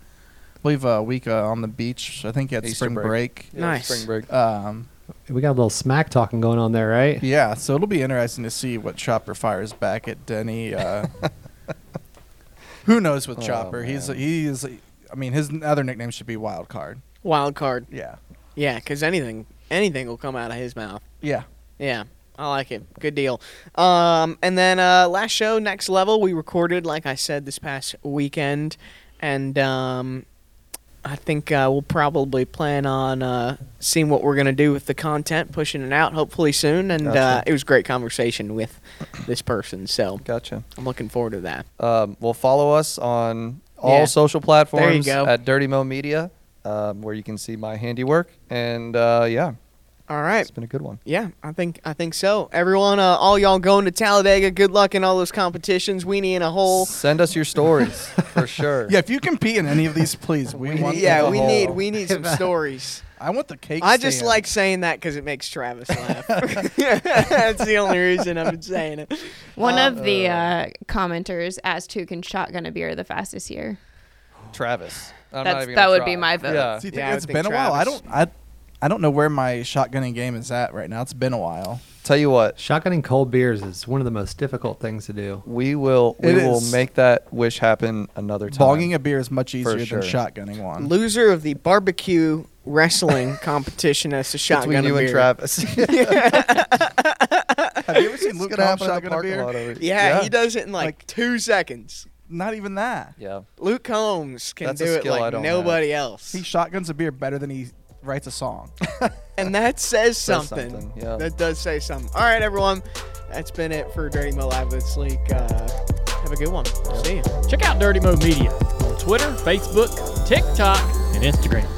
[SPEAKER 6] believe, a week uh, on the beach. I think he had
[SPEAKER 4] Easter
[SPEAKER 6] spring break.
[SPEAKER 4] break. Yeah,
[SPEAKER 3] Nice.
[SPEAKER 4] Spring break. Uh,
[SPEAKER 6] Um,
[SPEAKER 5] We got a little smack talking going on there, right?
[SPEAKER 6] yeah, so it'll be interesting to see what Chopper fires back at Denny. Uh, who knows with Chopper? He's he is. I mean, his other nickname should be Wild Card.
[SPEAKER 3] Wild card.
[SPEAKER 6] Yeah.
[SPEAKER 3] Yeah, because anything, anything will come out of his mouth.
[SPEAKER 6] Yeah.
[SPEAKER 3] Yeah, I like it. Good deal. Um, and then uh, last show, next level, we recorded, like I said, this past weekend, and um, I think uh, we'll probably plan on uh, seeing what we're gonna do with the content, pushing it out hopefully soon. And uh,
[SPEAKER 4] Gotcha.
[SPEAKER 3] it was a great conversation with this person, so
[SPEAKER 4] Gotcha.
[SPEAKER 3] I'm looking forward to that.
[SPEAKER 4] Um, well, follow us on all
[SPEAKER 3] Yeah.
[SPEAKER 4] social platforms
[SPEAKER 3] go.
[SPEAKER 4] at Dirty Mo Media, um, where you can see my handiwork. And uh, yeah,
[SPEAKER 3] All right.
[SPEAKER 4] it's been a good one.
[SPEAKER 3] Yeah, I think I think so. Everyone, uh, all y'all going to Talladega. Good luck in all those competitions. Weenie in a hole.
[SPEAKER 4] Send us your stories for sure.
[SPEAKER 6] Yeah, if you compete in any of these, please, we want.
[SPEAKER 3] Yeah,
[SPEAKER 6] the
[SPEAKER 3] we
[SPEAKER 6] whole-
[SPEAKER 3] need we need some stories.
[SPEAKER 6] I want the cake.
[SPEAKER 3] I just
[SPEAKER 6] stand.
[SPEAKER 3] like saying that because it makes Travis laugh. That's the only reason I've been saying it.
[SPEAKER 7] One of the uh, commenters asked who can shotgun a beer the fastest here.
[SPEAKER 4] Travis. I'm
[SPEAKER 7] That's-
[SPEAKER 4] even
[SPEAKER 7] that
[SPEAKER 4] gonna
[SPEAKER 7] would
[SPEAKER 4] try.
[SPEAKER 7] be my vote.
[SPEAKER 4] Yeah.
[SPEAKER 6] See,
[SPEAKER 3] Yeah, I would
[SPEAKER 6] it's
[SPEAKER 3] think
[SPEAKER 6] been a while. I
[SPEAKER 3] Travis.
[SPEAKER 6] don't. I, I don't know where my shotgunning game is at right now. It's been a while.
[SPEAKER 4] Tell you what,
[SPEAKER 5] Shotgunning cold beers is one of the most difficult things to do.
[SPEAKER 4] we will we
[SPEAKER 6] It
[SPEAKER 4] will
[SPEAKER 6] is.
[SPEAKER 4] make that wish happen another time.
[SPEAKER 6] Bogging a beer is much easier
[SPEAKER 4] sure.
[SPEAKER 6] than shotgunning one.
[SPEAKER 3] Loser of the barbecue wrestling competition as a shotgun
[SPEAKER 4] between you
[SPEAKER 3] beer.
[SPEAKER 4] and Travis. yeah,
[SPEAKER 6] Have you ever seen Luke Combs shotgun a beer?
[SPEAKER 3] Yeah,
[SPEAKER 4] Yeah.
[SPEAKER 3] he does it in like,
[SPEAKER 6] Like-
[SPEAKER 3] two seconds.
[SPEAKER 6] Not even that.
[SPEAKER 4] yeah.
[SPEAKER 3] Luke Combs can
[SPEAKER 4] That's a
[SPEAKER 3] do it
[SPEAKER 4] skill I
[SPEAKER 3] like
[SPEAKER 4] don't
[SPEAKER 3] nobody else,
[SPEAKER 6] He shotguns a beer better than he writes a song.
[SPEAKER 3] and that says something.
[SPEAKER 4] something, yeah.
[SPEAKER 3] That does say something. All right, everyone, that's been it for Dirty Mo Live this week. Uh, have a good one. See you.
[SPEAKER 2] Check out Dirty Mo Media on Twitter, Facebook, TikTok, and Instagram.